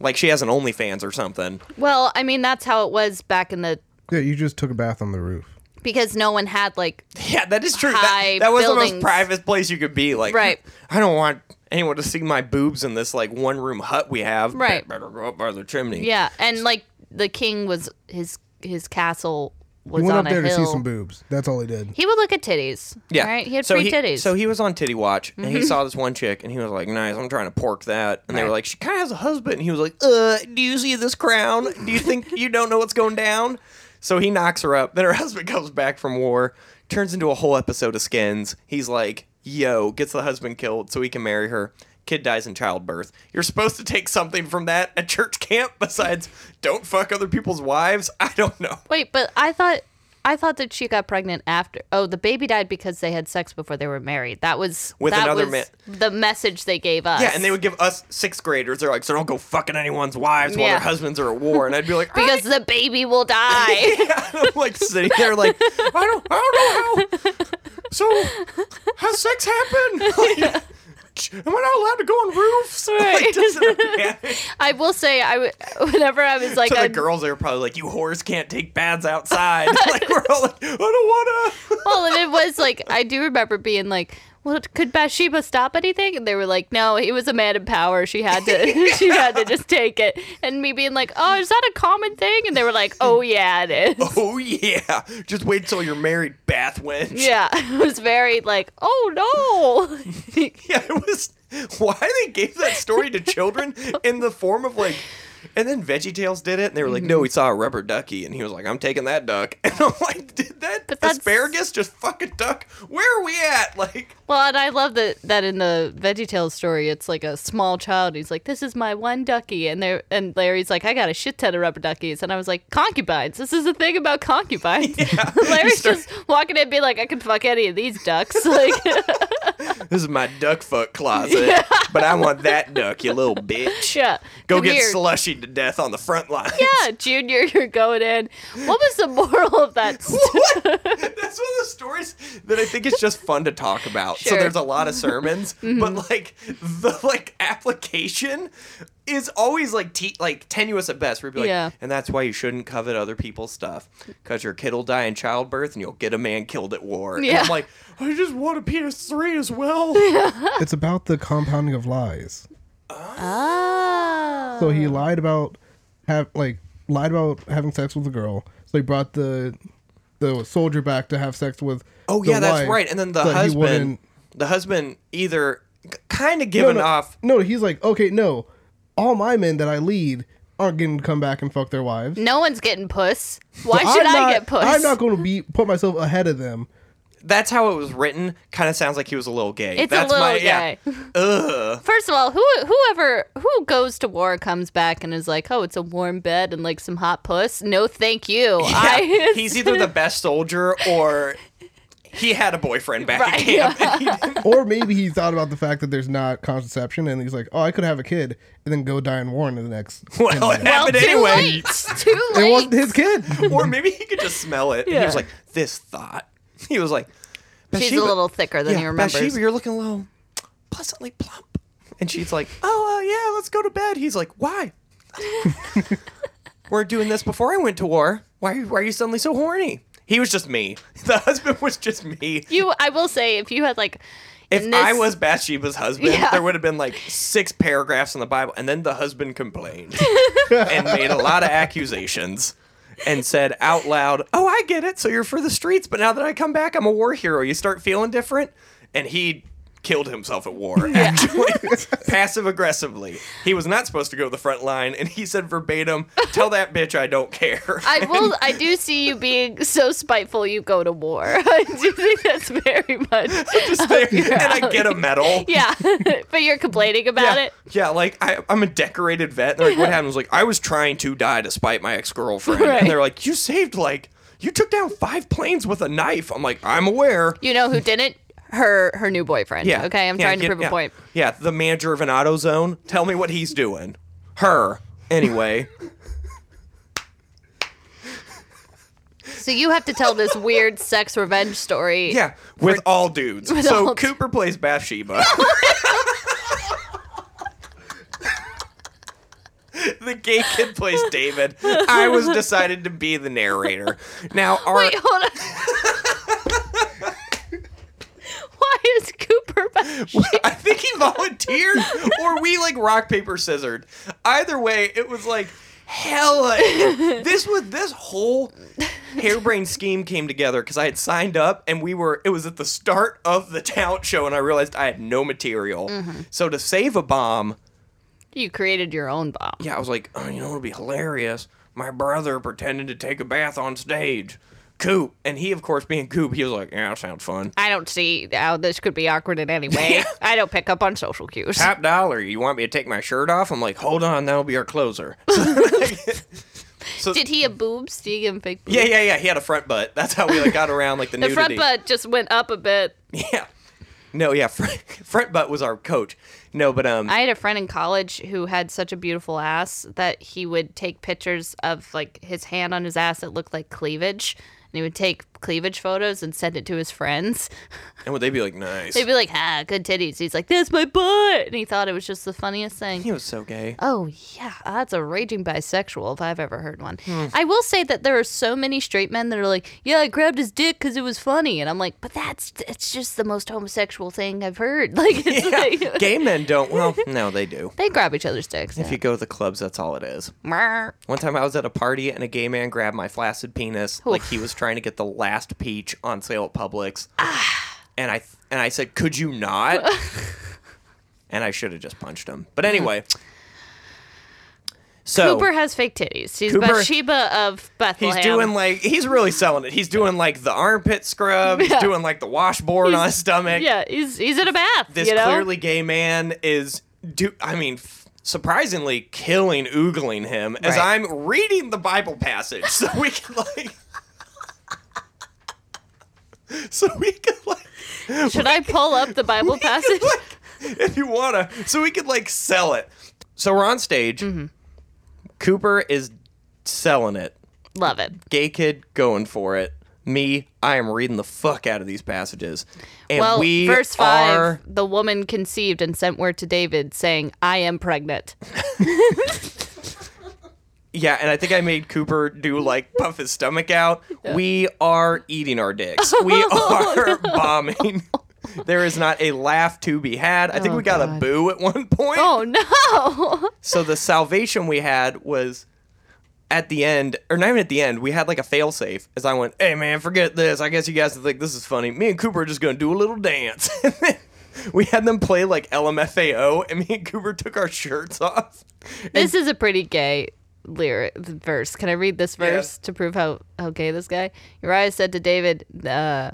[SPEAKER 1] Like she has an OnlyFans or something.
[SPEAKER 2] Well, I mean, that's how it was back in the
[SPEAKER 3] Yeah, you just took a bath on the roof.
[SPEAKER 2] because no one had like
[SPEAKER 1] Yeah, that is true.
[SPEAKER 2] High
[SPEAKER 1] That, that was the most
[SPEAKER 2] buildings.
[SPEAKER 1] private place you could be. Like,
[SPEAKER 2] Right.
[SPEAKER 1] I don't want anyone to see my boobs in this like one room hut we have.
[SPEAKER 2] Right.
[SPEAKER 1] Better go up by the chimney.
[SPEAKER 2] yeah, and like the king was his his castle was
[SPEAKER 3] He went
[SPEAKER 2] on
[SPEAKER 3] up there
[SPEAKER 2] a
[SPEAKER 3] to
[SPEAKER 2] hill.
[SPEAKER 3] see some boobs. That's all he did.
[SPEAKER 2] He would look at titties.
[SPEAKER 1] Yeah.
[SPEAKER 2] right. He had
[SPEAKER 1] so
[SPEAKER 2] free
[SPEAKER 1] he,
[SPEAKER 2] titties. Mm-hmm.
[SPEAKER 1] So he was on Titty Watch and he saw this one chick and he was like, nice, I'm trying to pork that. And they were
[SPEAKER 2] Right.
[SPEAKER 1] like, she kind of has a husband. And he was like, uh, do you see this crown? Do you think you don't know what's going down? So he knocks her up. Then her husband comes back from war, turns into a whole episode of Skins. He's like, yo, gets the husband killed so he can marry her. Kid dies in childbirth. You're supposed to take something from that at church camp besides don't fuck other people's wives. I don't know.
[SPEAKER 2] Wait, but I thought I thought that she got pregnant after. Oh, the baby died because they had sex before they were married. That was
[SPEAKER 1] With
[SPEAKER 2] that
[SPEAKER 1] another
[SPEAKER 2] was the message they gave us.
[SPEAKER 1] Yeah, and they would give us sixth graders. They're like, so don't go fucking anyone's wives while
[SPEAKER 2] Yeah.
[SPEAKER 1] their husbands are at war. And I'd be like,
[SPEAKER 2] because the baby will die.
[SPEAKER 1] I, am like sitting there like, I don't, I don't know how. So, how's sex happen? Like, Am I not allowed to go on roofs? Like,
[SPEAKER 2] Right.
[SPEAKER 1] does it-
[SPEAKER 2] I will say, I w- whenever I was like,
[SPEAKER 1] to the
[SPEAKER 2] I'm-
[SPEAKER 1] girls, they were probably like, "You whores can't take baths outside." like we're all like, "I don't wanna."
[SPEAKER 2] well, and it was like I do remember being like, well, could Bathsheba stop anything? And they were like, no, he was a man in power. She had to, she had to just take it. And me being like, oh, is that a common thing? And they were like, oh yeah, it is.
[SPEAKER 1] Oh yeah, just wait till you're married, bath wench.
[SPEAKER 2] Yeah, it was very like, oh no.
[SPEAKER 1] Yeah, it was why they gave that story to children in the form of like and then Veggie Tales did it and they were like,
[SPEAKER 2] Mm-hmm.
[SPEAKER 1] No, we saw a rubber ducky and he was like, I'm taking that duck and I'm like, Did that
[SPEAKER 2] But that's-
[SPEAKER 1] asparagus just fuck a duck? Where are we at? Like
[SPEAKER 2] well, and I love that that in the VeggieTales story, it's like a small child. He's like, "This is my one ducky," and there and Larry's like, "I got a shit ton of rubber duckies," and I was like, "Concubines. This is the thing about concubines." Larry's just walking in, and being like, "I could fuck any of these ducks." Like,
[SPEAKER 1] this is my duck fuck closet. But I want that duck, you little bitch.
[SPEAKER 2] yeah,
[SPEAKER 1] Go
[SPEAKER 2] Come
[SPEAKER 1] get
[SPEAKER 2] here.
[SPEAKER 1] slushied to death on the front line.
[SPEAKER 2] Yeah, Junior, you're going in. What was the moral of that? Story?
[SPEAKER 1] What? That's one of the stories that I think is just fun to talk about. So
[SPEAKER 2] Sure. Mm-hmm.
[SPEAKER 1] there's a lot of sermons, but like the like application is always like te- like tenuous at best. Where you'd be like,
[SPEAKER 2] Yeah.
[SPEAKER 1] and that's why you shouldn't covet other people's stuff because your kid will die in childbirth and you'll get a man killed at war. And
[SPEAKER 2] Yeah.
[SPEAKER 1] I'm like, I just want a PS3 as well.
[SPEAKER 3] it's about the compounding of lies.
[SPEAKER 2] Ah.
[SPEAKER 3] So he
[SPEAKER 2] Uh-huh.
[SPEAKER 3] lied about have like lied about having sex with a girl. So he brought the the soldier back to have sex with.
[SPEAKER 1] Oh
[SPEAKER 3] the
[SPEAKER 1] yeah, that's
[SPEAKER 3] wife
[SPEAKER 1] right. And then the
[SPEAKER 3] so that he
[SPEAKER 1] husband,
[SPEAKER 3] wouldn't-
[SPEAKER 1] the husband either kind of
[SPEAKER 3] no,
[SPEAKER 1] given
[SPEAKER 3] no,
[SPEAKER 1] off.
[SPEAKER 3] No, he's like, okay, no, all my men that I lead aren't getting to come back and fuck their wives.
[SPEAKER 2] No one's getting puss. Why
[SPEAKER 3] So
[SPEAKER 2] should
[SPEAKER 3] I'm
[SPEAKER 2] I
[SPEAKER 3] not-
[SPEAKER 2] get puss?
[SPEAKER 3] I'm not going to be put myself ahead of them.
[SPEAKER 1] That's how it was written. Kind of sounds like he was a little gay.
[SPEAKER 2] It's a
[SPEAKER 1] That's
[SPEAKER 2] little
[SPEAKER 1] my,
[SPEAKER 2] gay.
[SPEAKER 1] Yeah. Ugh.
[SPEAKER 2] First of all, who whoever who goes to war comes back and is like, oh, it's a warm bed and like some hot puss. No, thank you.
[SPEAKER 1] Yeah,
[SPEAKER 2] I
[SPEAKER 1] he's either the best soldier or he had a boyfriend back
[SPEAKER 2] Right,
[SPEAKER 1] at camp. and he didn't-
[SPEAKER 3] Or maybe he thought about the fact that there's not contraception, and he's like, oh, I could have a kid and then go die in war in the next.
[SPEAKER 1] well, it
[SPEAKER 2] well,
[SPEAKER 1] happened
[SPEAKER 2] too
[SPEAKER 1] anyway.
[SPEAKER 2] late. Too
[SPEAKER 3] It
[SPEAKER 2] late.
[SPEAKER 3] wasn't his kid.
[SPEAKER 1] Or maybe he could just smell it. And he
[SPEAKER 2] Yeah.
[SPEAKER 1] was like, this thought. He was like,
[SPEAKER 2] She's
[SPEAKER 1] "Bathsheba-
[SPEAKER 2] a little thicker than
[SPEAKER 1] yeah,
[SPEAKER 2] he remembers.
[SPEAKER 1] Bathsheba, you're looking a little pleasantly plump. And she's like, oh, uh, yeah, let's go to bed. He's like, why? We're doing this before I went to war. Why, why are you suddenly so horny? He was just me. The husband was just me.
[SPEAKER 2] You, I will say, if you had like,
[SPEAKER 1] If
[SPEAKER 2] in this-
[SPEAKER 1] I was Bathsheba's husband,
[SPEAKER 2] Yeah.
[SPEAKER 1] there would have been like six paragraphs in the Bible, and then the husband complained and made a lot of accusations and said out loud, "Oh, I get it. So you're for the streets, but now that I come back, I'm a war hero. You start feeling different." And he killed himself at war, actually, passive aggressively. He was not supposed to go to the front line, and he said verbatim, "Tell that bitch I don't care."
[SPEAKER 2] I will, I do see you being so spiteful you go to war. I do think that's very much.
[SPEAKER 1] Just there, and I get a medal.
[SPEAKER 2] Yeah, but you're complaining about
[SPEAKER 1] yeah,
[SPEAKER 2] it.
[SPEAKER 1] Yeah, like I, I'm a decorated vet. They're like, what happened? I was like, I was trying to die to spite my ex girlfriend,
[SPEAKER 2] Right.
[SPEAKER 1] and they're like, you saved like you took down five planes with a knife. I'm like, I'm aware.
[SPEAKER 2] You know who didn't? Her her new boyfriend.
[SPEAKER 1] Yeah.
[SPEAKER 2] Okay, I'm
[SPEAKER 1] Yeah,
[SPEAKER 2] trying to
[SPEAKER 1] yeah,
[SPEAKER 2] prove
[SPEAKER 1] yeah.
[SPEAKER 2] a point.
[SPEAKER 1] Yeah, the manager of an auto zone. Tell me what he's doing. Her. Anyway,
[SPEAKER 2] So you have to tell this weird sex revenge story.
[SPEAKER 1] yeah, with all dudes. so
[SPEAKER 2] all-
[SPEAKER 1] Cooper plays Bathsheba. the gay kid plays David. I was decided to be the narrator. Now, our
[SPEAKER 2] Wait, hold on. Why is Cooper back?
[SPEAKER 1] I think he volunteered, or we like rock paper scissored. Either way, it was like hella. This was this whole harebrained scheme came together because I had signed up, and we were. It was at the start of the talent show, and I realized I had no material. So to save a bomb,
[SPEAKER 2] You created your own bomb.
[SPEAKER 1] yeah, I was like, oh, you know, it'll be hilarious. My brother pretended to take a bath on stage. Coop, and he of course being Coop, he was like, yeah, that sounds fun.
[SPEAKER 2] I don't see how this could be awkward in any way. I don't pick up on social cues.
[SPEAKER 1] top dollar. You want me to take my shirt off? I'm like, hold on, that'll be our closer.
[SPEAKER 2] Did he have boobs? Did he give him fake boobs?
[SPEAKER 1] yeah, yeah, yeah. He had a front butt. That's how we like got around like the,
[SPEAKER 2] The
[SPEAKER 1] nudity.
[SPEAKER 2] front butt just went up a bit.
[SPEAKER 1] Yeah. No, yeah. Front, front butt was our coach. No, but um,
[SPEAKER 2] I had a friend in college who had such a beautiful ass that he would take pictures of like his hand on his ass that looked like cleavage, and he would take cleavage photos and send it to his friends.
[SPEAKER 1] And would they be like, nice?
[SPEAKER 2] They'd be like, "Ha, good titties." He's like, "That's my butt," and he thought it was just the funniest thing.
[SPEAKER 1] he was so gay.
[SPEAKER 2] Oh yeah, that's a raging bisexual if I've ever heard one.
[SPEAKER 1] Hmm.
[SPEAKER 2] I will say that there are so many straight men that are like, "Yeah, I grabbed his dick because it was funny," and I'm like, "But that's it's just the most homosexual thing I've heard." Like, it's
[SPEAKER 1] Yeah,
[SPEAKER 2] like
[SPEAKER 1] gay men don't. Well, no, they do.
[SPEAKER 2] they grab each other's dicks.
[SPEAKER 1] If you go to the clubs, that's all it is.
[SPEAKER 2] yeah.
[SPEAKER 1] One time I was at a party and a gay man grabbed my flaccid penis like he was trying to get the last peach on sale at Publix.
[SPEAKER 2] Ah.
[SPEAKER 1] and I and I said, "Could you not?" and I should have just punched him. But anyway. So
[SPEAKER 2] Cooper has fake titties. He's
[SPEAKER 1] Oh. Cooper-
[SPEAKER 2] Bathsheba of Bethlehem.
[SPEAKER 1] he's doing like he's really selling it. He's doing like the armpit scrub, he's
[SPEAKER 2] Yeah.
[SPEAKER 1] doing like the washboard on his stomach.
[SPEAKER 2] yeah, he's he's in a bath.
[SPEAKER 1] This
[SPEAKER 2] you know?
[SPEAKER 1] clearly gay man is do I mean f- surprisingly killing oogling him as
[SPEAKER 2] Right.
[SPEAKER 1] I'm reading the Bible passage so we can like so we could like
[SPEAKER 2] Should I pull up the Bible passage?
[SPEAKER 1] like, if you wanna so we could like sell it. So we're on stage.
[SPEAKER 2] Mm-hmm.
[SPEAKER 1] Cooper is selling it.
[SPEAKER 2] Love it.
[SPEAKER 1] Gay kid going for it. Me, I am reading the fuck out of these passages. And
[SPEAKER 2] well,
[SPEAKER 1] we
[SPEAKER 2] verse five,
[SPEAKER 1] are
[SPEAKER 2] the woman conceived and sent word to David, saying, "I am pregnant."
[SPEAKER 1] Yeah, and I think I made Cooper do like puff his stomach out. We are eating our dicks. We
[SPEAKER 2] Oh,
[SPEAKER 1] are bombing. There is not a laugh to be had. I think
[SPEAKER 2] Oh,
[SPEAKER 1] we got a
[SPEAKER 2] God.
[SPEAKER 1] boo at one point.
[SPEAKER 2] Oh no!
[SPEAKER 1] So the salvation we had was at the end, or not even at the end, we had like a failsafe. As I went, hey man, forget this. I guess you guys think this is funny. Me and Cooper are just gonna do a little dance. And then we had them play like LMFAO, and me and Cooper took our shirts off.
[SPEAKER 2] This is a pretty gay lyric verse. Can I read this verse to prove how how gay this guy? Uriah said to David, uh,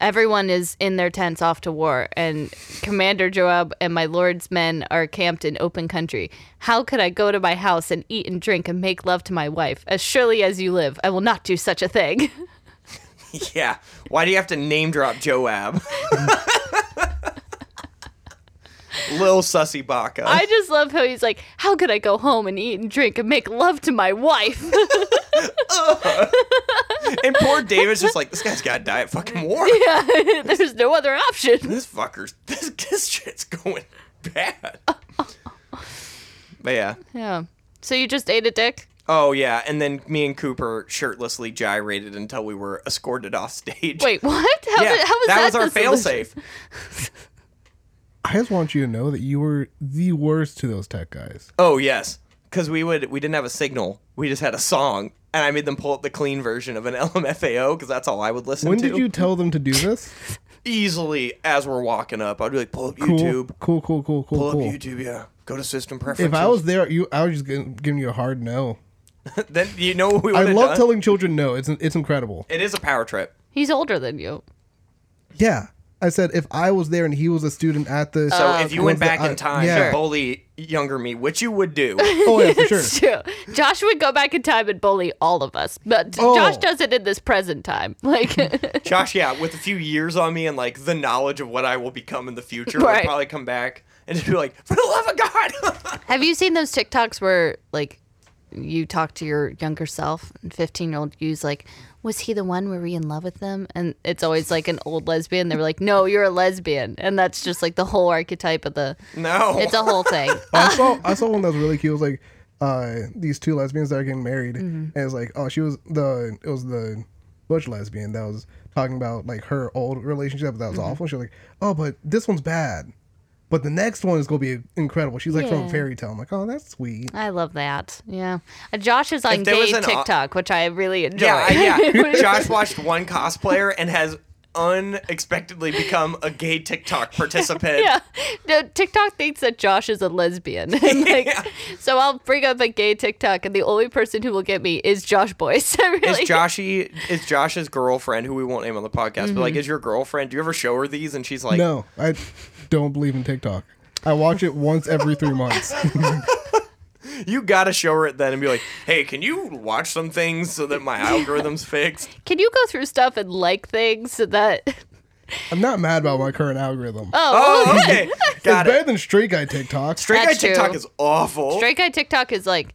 [SPEAKER 2] "Everyone is in their tents off to war, and Commander Joab and my lord's men are camped in open country. How could I go to my house and eat and drink and make love to my wife? As surely as you live, I will not do such a thing."
[SPEAKER 1] Yeah. Why do you have to name drop Joab? Lil Sussy Baca.
[SPEAKER 2] I just love how he's like, "How could I go home and eat and drink and make love to my wife?"
[SPEAKER 1] and poor David's just like, this guy's got to die at fucking war.
[SPEAKER 2] There's no other option.
[SPEAKER 1] This fucker's, this, this shit's going bad. But yeah.
[SPEAKER 2] Yeah. So you just ate a dick?
[SPEAKER 1] Oh, yeah. And then me and Cooper shirtlessly gyrated until we were escorted off stage.
[SPEAKER 2] Wait, what? How,
[SPEAKER 1] yeah,
[SPEAKER 2] did, how was
[SPEAKER 1] that
[SPEAKER 2] that?
[SPEAKER 1] was our
[SPEAKER 2] the solution?
[SPEAKER 1] failsafe.
[SPEAKER 3] I just want you to know that you were the worst to those tech guys.
[SPEAKER 1] Oh yes, because we would we didn't have a signal. We just had a song, and I made them pull up the clean version of an LMFAO because that's all I would listen
[SPEAKER 3] When
[SPEAKER 1] to.
[SPEAKER 3] did you tell them to do this?
[SPEAKER 1] easily as we're walking up? I'd be like, pull up
[SPEAKER 3] Cool,
[SPEAKER 1] YouTube,
[SPEAKER 3] cool, cool, cool,
[SPEAKER 1] pull
[SPEAKER 3] cool,
[SPEAKER 1] up
[SPEAKER 3] cool.
[SPEAKER 1] YouTube, yeah. Go to system preferences.
[SPEAKER 3] If I was there, you, I was just giving giving you a hard no.
[SPEAKER 1] then you know what we would
[SPEAKER 3] I
[SPEAKER 1] have
[SPEAKER 3] love
[SPEAKER 1] done.
[SPEAKER 3] telling children no. It's it's incredible.
[SPEAKER 1] it is a power trip.
[SPEAKER 2] He's older than you.
[SPEAKER 3] Yeah, I said if I was there and he was a student at the.
[SPEAKER 1] So
[SPEAKER 2] Um,
[SPEAKER 1] if you went
[SPEAKER 3] was the-
[SPEAKER 1] back
[SPEAKER 3] I-
[SPEAKER 1] in time
[SPEAKER 3] uh, yeah.
[SPEAKER 1] to bully younger me, which you would do,
[SPEAKER 3] oh yeah, for sure.
[SPEAKER 2] It's true. Josh would go back in time and bully all of us, but
[SPEAKER 3] Oh.
[SPEAKER 2] Josh does it in this present time. Like,
[SPEAKER 1] Josh, yeah, with a few years on me and like the knowledge of what I will become in the future,
[SPEAKER 2] Right.
[SPEAKER 1] would probably come back and just be like, for the love of God.
[SPEAKER 2] have you seen those TikToks where like you talk to your younger self and 15 year old you's like, was he the one were we in love with them? And it's always like an old lesbian. They were like, no, you're a lesbian, and that's just like the whole archetype of the.
[SPEAKER 1] no,
[SPEAKER 2] It's a whole thing.
[SPEAKER 3] I saw I saw one that was really cute. It was like uh, these two lesbians that are getting married,
[SPEAKER 1] Mm-hmm.
[SPEAKER 3] and it's like oh she was the it was the butch lesbian that was talking about like her old relationship that was
[SPEAKER 1] Mm-hmm.
[SPEAKER 3] awful. She was like oh but this one's bad, but the next one is gonna be incredible. She's like from a
[SPEAKER 2] Yeah.
[SPEAKER 3] fairy tale. I'm like oh that's sweet.
[SPEAKER 2] I love that. Yeah, Uh, Josh is on
[SPEAKER 1] there was
[SPEAKER 2] gay
[SPEAKER 1] an au-
[SPEAKER 2] TikTok, which I really enjoy.
[SPEAKER 1] Yeah, I- yeah. Josh watched one cosplayer and has unexpectedly become a gay TikTok participant.
[SPEAKER 2] yeah. No, TikTok thinks that Josh is a lesbian. And, like,
[SPEAKER 1] Yeah.
[SPEAKER 2] So I'll bring up a gay TikTok, and the only person who will get me is Josh Boyce. I really,
[SPEAKER 1] Is Joshy is Josh's girlfriend, who we won't name on the podcast, but like, is your girlfriend? Do you ever show her these? And she's like,
[SPEAKER 3] Mm-hmm. No, I don't believe in TikTok. I watch it once every three months.
[SPEAKER 1] you gotta show her it then and be like, hey, can you watch some things so that my algorithm's fixed?
[SPEAKER 2] can you go through stuff and like things so that?
[SPEAKER 3] I'm not mad about my current algorithm.
[SPEAKER 2] Oh,
[SPEAKER 1] Oh, okay, got
[SPEAKER 3] it's better
[SPEAKER 1] it.
[SPEAKER 3] than straight guy TikTok.
[SPEAKER 1] Straight guy
[SPEAKER 2] That's
[SPEAKER 1] TikTok
[SPEAKER 2] true.
[SPEAKER 1] is awful.
[SPEAKER 2] straight guy TikTok is like.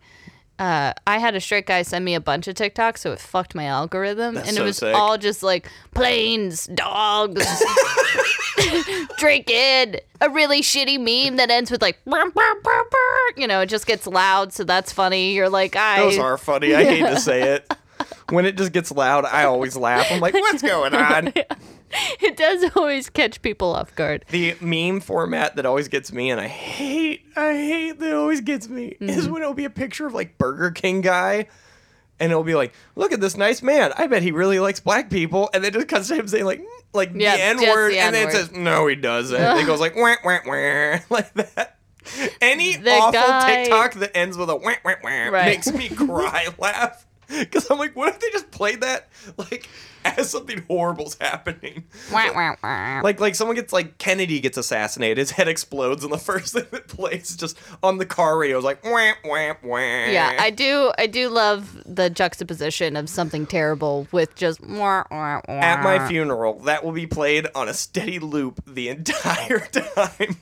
[SPEAKER 2] uh, I had a straight guy send me a bunch of TikToks, so it fucked my algorithm, and
[SPEAKER 1] so
[SPEAKER 2] it was
[SPEAKER 1] sick.
[SPEAKER 2] all just like planes, dogs, drinking, a really shitty meme that ends with like, "Brum, brum, brum, brum," you know, it just gets loud, so that's funny. You're like, I
[SPEAKER 1] Those are funny. I hate to say it. When it just gets loud, I always laugh. I'm like, what's going on?
[SPEAKER 2] it does always catch people off guard.
[SPEAKER 1] The meme format that always gets me, and I hate, I hate that it always gets me,
[SPEAKER 2] Mm-hmm.
[SPEAKER 1] is when it'll be a picture of like Burger King guy, and it'll be like, look at this nice man. I bet he really likes black people, and then it just cuts to him saying like, "Mm," like
[SPEAKER 2] Yeah,
[SPEAKER 1] the N
[SPEAKER 2] just
[SPEAKER 1] word,
[SPEAKER 2] the
[SPEAKER 1] and then it
[SPEAKER 2] N-word.
[SPEAKER 1] says, no, he doesn't. And it goes like, wah, wah, wah, like that. Any
[SPEAKER 2] The
[SPEAKER 1] awful
[SPEAKER 2] guy-
[SPEAKER 1] TikTok that ends with a wah, wah, wah
[SPEAKER 2] Right.
[SPEAKER 1] makes me cry laugh. Because I'm like, what if they just played that like as something horrible's happening?
[SPEAKER 2] Wah, wah, wah.
[SPEAKER 1] Like like someone gets like Kennedy gets assassinated, his head explodes, and the first thing that plays is just on the car radio is like wah wah wah.
[SPEAKER 2] yeah, I do. I do love the juxtaposition of something terrible with just wah, wah, wah.
[SPEAKER 1] At my funeral, that will be played on a steady loop the entire time.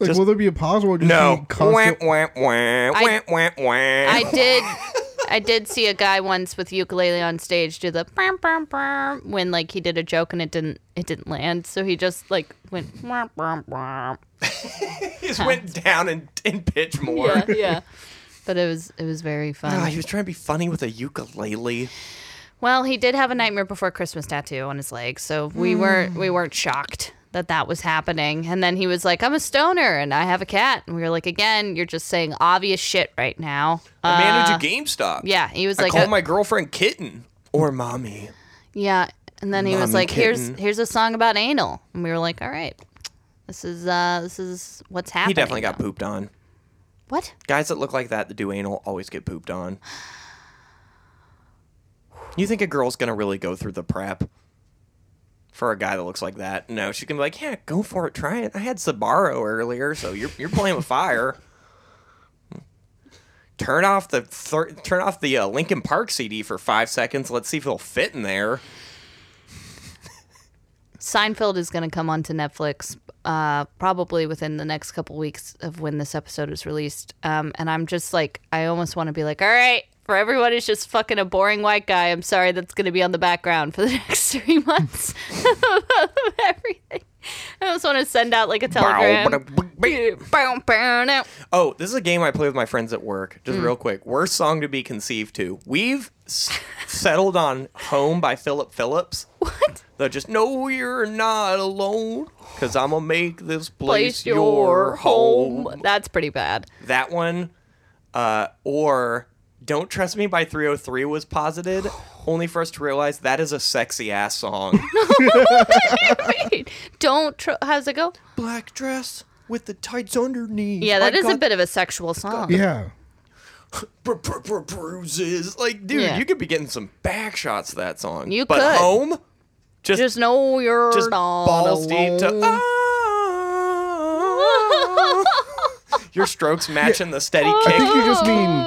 [SPEAKER 3] Like, will there be a pause? Or will it just
[SPEAKER 1] No.
[SPEAKER 3] be constant-
[SPEAKER 1] Wah, wah, wah,
[SPEAKER 2] I-
[SPEAKER 1] wah, wah, wah.
[SPEAKER 2] I did. I did see a guy once with ukulele on stage do the brum, brum, brum, when like he did a joke and it didn't it didn't land, so he just like went wah, brum, brum.
[SPEAKER 1] just went down in, in pitch more.
[SPEAKER 2] yeah yeah. But it was it was very
[SPEAKER 1] Ah,
[SPEAKER 2] fun.
[SPEAKER 1] he was trying to be funny with a ukulele.
[SPEAKER 2] Well, he did have a Nightmare Before Christmas tattoo on his leg, so we weren't
[SPEAKER 1] Hmm.
[SPEAKER 2] we weren't shocked that that was happening. And then he was like, "I'm a stoner and I have a cat," and we were like, "Again, you're just saying obvious shit right now."
[SPEAKER 1] I
[SPEAKER 2] Uh,
[SPEAKER 1] manage a GameStop.
[SPEAKER 2] yeah, he was
[SPEAKER 1] I
[SPEAKER 2] like,
[SPEAKER 1] call
[SPEAKER 2] "Uh,
[SPEAKER 1] my girlfriend kitten or mommy.
[SPEAKER 2] Yeah. And then he was
[SPEAKER 1] Mommy
[SPEAKER 2] like,
[SPEAKER 1] kitten.
[SPEAKER 2] "Here's here's a song about anal," and we were like, "All right, this is uh this is what's happening."
[SPEAKER 1] He definitely got
[SPEAKER 2] now."
[SPEAKER 1] pooped on.
[SPEAKER 2] What?
[SPEAKER 1] Guys that look like that that do anal always get pooped on. You think a girl's gonna really go through the prep for a guy that looks like that? No, she's gonna be like, "Yeah, go for it, try it." I had Sabaro earlier, so you're you're playing with fire. Turn off the thir- turn off the uh, Linkin Park CD for five seconds. Let's see if it'll fit in there.
[SPEAKER 2] Seinfeld is going to come onto Netflix uh, probably within the next couple weeks of when this episode is released. Um, and I'm just like, I almost want to be like, all right, for everyone who's just fucking a boring white guy, I'm sorry that's going to be on the background for the next three months of everything. I almost want to send out like a telegram. Bow, bow, no.
[SPEAKER 1] Oh, this is a game I play with my friends at work.
[SPEAKER 2] Hmm.
[SPEAKER 1] Just real quick. Worst song to be conceived to. We've s- settled on Home by Philip Phillips.
[SPEAKER 2] What?
[SPEAKER 1] They're just, no, you're not alone. Cause I'm gonna make this place,
[SPEAKER 2] Place your home.
[SPEAKER 1] home.
[SPEAKER 2] That's pretty bad.
[SPEAKER 1] That one. Uh, or Don't Trust Me by 303 was posited, only for us to realize that is a sexy ass song.
[SPEAKER 2] Don't. Tr- how's it go?
[SPEAKER 1] Black dress with the tights underneath.
[SPEAKER 2] Yeah, that
[SPEAKER 1] I
[SPEAKER 2] is a
[SPEAKER 1] got
[SPEAKER 2] bit of a sexual song.
[SPEAKER 3] Yeah.
[SPEAKER 1] br- br- br- bruises. Like, dude,
[SPEAKER 2] Yeah.
[SPEAKER 1] you could be getting some back shots to that song.
[SPEAKER 2] You
[SPEAKER 1] but
[SPEAKER 2] could.
[SPEAKER 1] home, just just,
[SPEAKER 2] Just know you're not
[SPEAKER 1] balls deep to.
[SPEAKER 2] alone.
[SPEAKER 1] "Ah." Your strokes matching the steady
[SPEAKER 3] I think you
[SPEAKER 1] kick.
[SPEAKER 3] just mean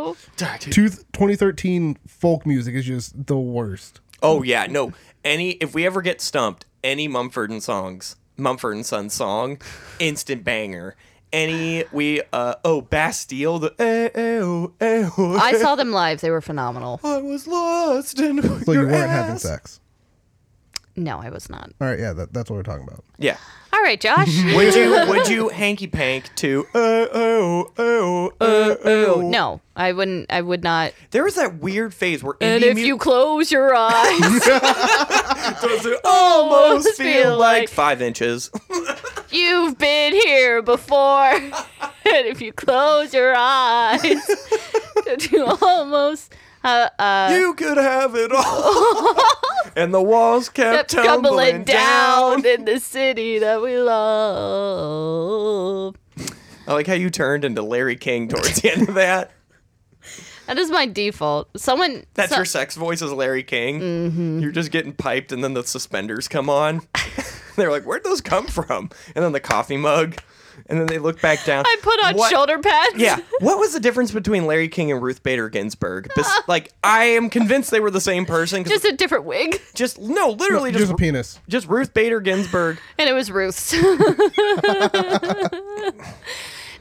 [SPEAKER 2] Oh.
[SPEAKER 3] two, 2013 folk music is just the worst.
[SPEAKER 1] Oh yeah, no. Any if we ever get stumped, any Mumford and Songs, Mumford and Son song, instant banger. Any we uh oh Bastille the eh, eh, oh, eh, oh,
[SPEAKER 2] I saw them live. They were phenomenal.
[SPEAKER 1] I was lost and
[SPEAKER 3] So you weren't having sex.
[SPEAKER 2] No, I was not.
[SPEAKER 3] All right. Yeah. That, that's what we're talking about.
[SPEAKER 1] Yeah.
[SPEAKER 2] All right, Josh.
[SPEAKER 1] Would you would you hanky pank to uh oh oh uh oh?
[SPEAKER 2] no, I wouldn't. I would not.
[SPEAKER 1] There was that weird phase where
[SPEAKER 2] And
[SPEAKER 1] indie
[SPEAKER 2] if
[SPEAKER 1] mu-
[SPEAKER 2] you close your eyes,
[SPEAKER 1] does it almost
[SPEAKER 2] Almost
[SPEAKER 1] feel
[SPEAKER 2] feel
[SPEAKER 1] like,
[SPEAKER 2] like-
[SPEAKER 1] five inches.
[SPEAKER 2] you've been here before. and if you close your eyes, don't you almost. Uh, uh,
[SPEAKER 1] you could have it all, and the walls kept
[SPEAKER 2] kept
[SPEAKER 1] tumbling,
[SPEAKER 2] tumbling
[SPEAKER 1] down.
[SPEAKER 2] down in the city that we love.
[SPEAKER 1] I like how you turned into Larry King towards the end of that.
[SPEAKER 2] That is my default. Someone
[SPEAKER 1] That's
[SPEAKER 2] so- Mm-hmm.
[SPEAKER 1] your sex voice as Larry King. You're just getting piped, and then the suspenders come on. They're like, "Where'd those come from?" And then the coffee mug, and then they look back down.
[SPEAKER 2] I put on
[SPEAKER 1] What-
[SPEAKER 2] shoulder pads.
[SPEAKER 1] Yeah. What was the difference between Larry King and Ruth Bader Ginsburg? Bes- like, I am convinced they were the same person. 'cause
[SPEAKER 2] Just a different wig.
[SPEAKER 1] just no, literally
[SPEAKER 3] Just
[SPEAKER 1] just
[SPEAKER 3] a penis.
[SPEAKER 1] just Ruth Bader Ginsburg.
[SPEAKER 2] And it was Ruth's.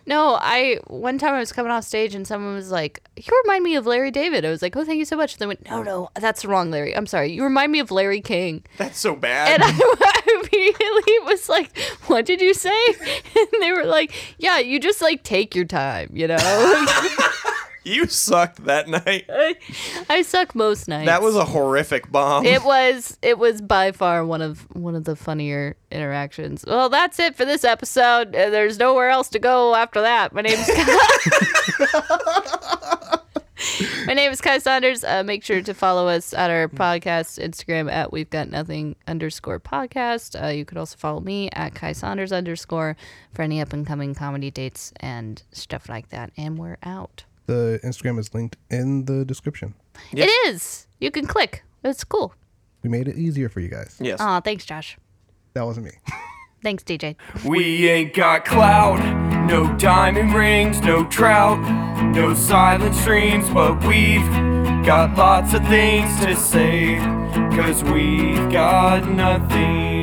[SPEAKER 2] No, I one time I was coming off stage and someone was like, "You remind me of Larry David." I was like, "Oh, thank you so much." And they went, "No, no, that's the wrong Larry. I'm sorry. You remind me of Larry King."
[SPEAKER 1] That's so bad.
[SPEAKER 2] And I, I immediately was like, "What did you say?" And they were like, "Yeah, you just like take your time, you know."
[SPEAKER 1] you sucked that night.
[SPEAKER 2] I suck most nights.
[SPEAKER 1] That was a horrific bomb.
[SPEAKER 2] It was it was by far one of one of the funnier interactions. Well, that's it for this episode. Uh, There's nowhere else to go after that. My name's Kai. My name is Kai Saunders. Uh, make sure to follow us at our podcast Instagram at We've Got Nothing underscore podcast. Uh, you could also follow me at Kai Saunders underscore for any up and coming comedy dates and stuff like that. And we're out.
[SPEAKER 3] The Instagram is linked in the description.
[SPEAKER 2] It is. You can click. It's cool.
[SPEAKER 3] We made it easier for you guys.
[SPEAKER 1] yes.
[SPEAKER 2] Aw, thanks, Josh.
[SPEAKER 3] That wasn't me.
[SPEAKER 2] Thanks, DJ.
[SPEAKER 4] We ain't got clout, no diamond rings, no trout, no silent streams, but we've got lots of things to say, cause we've got nothing.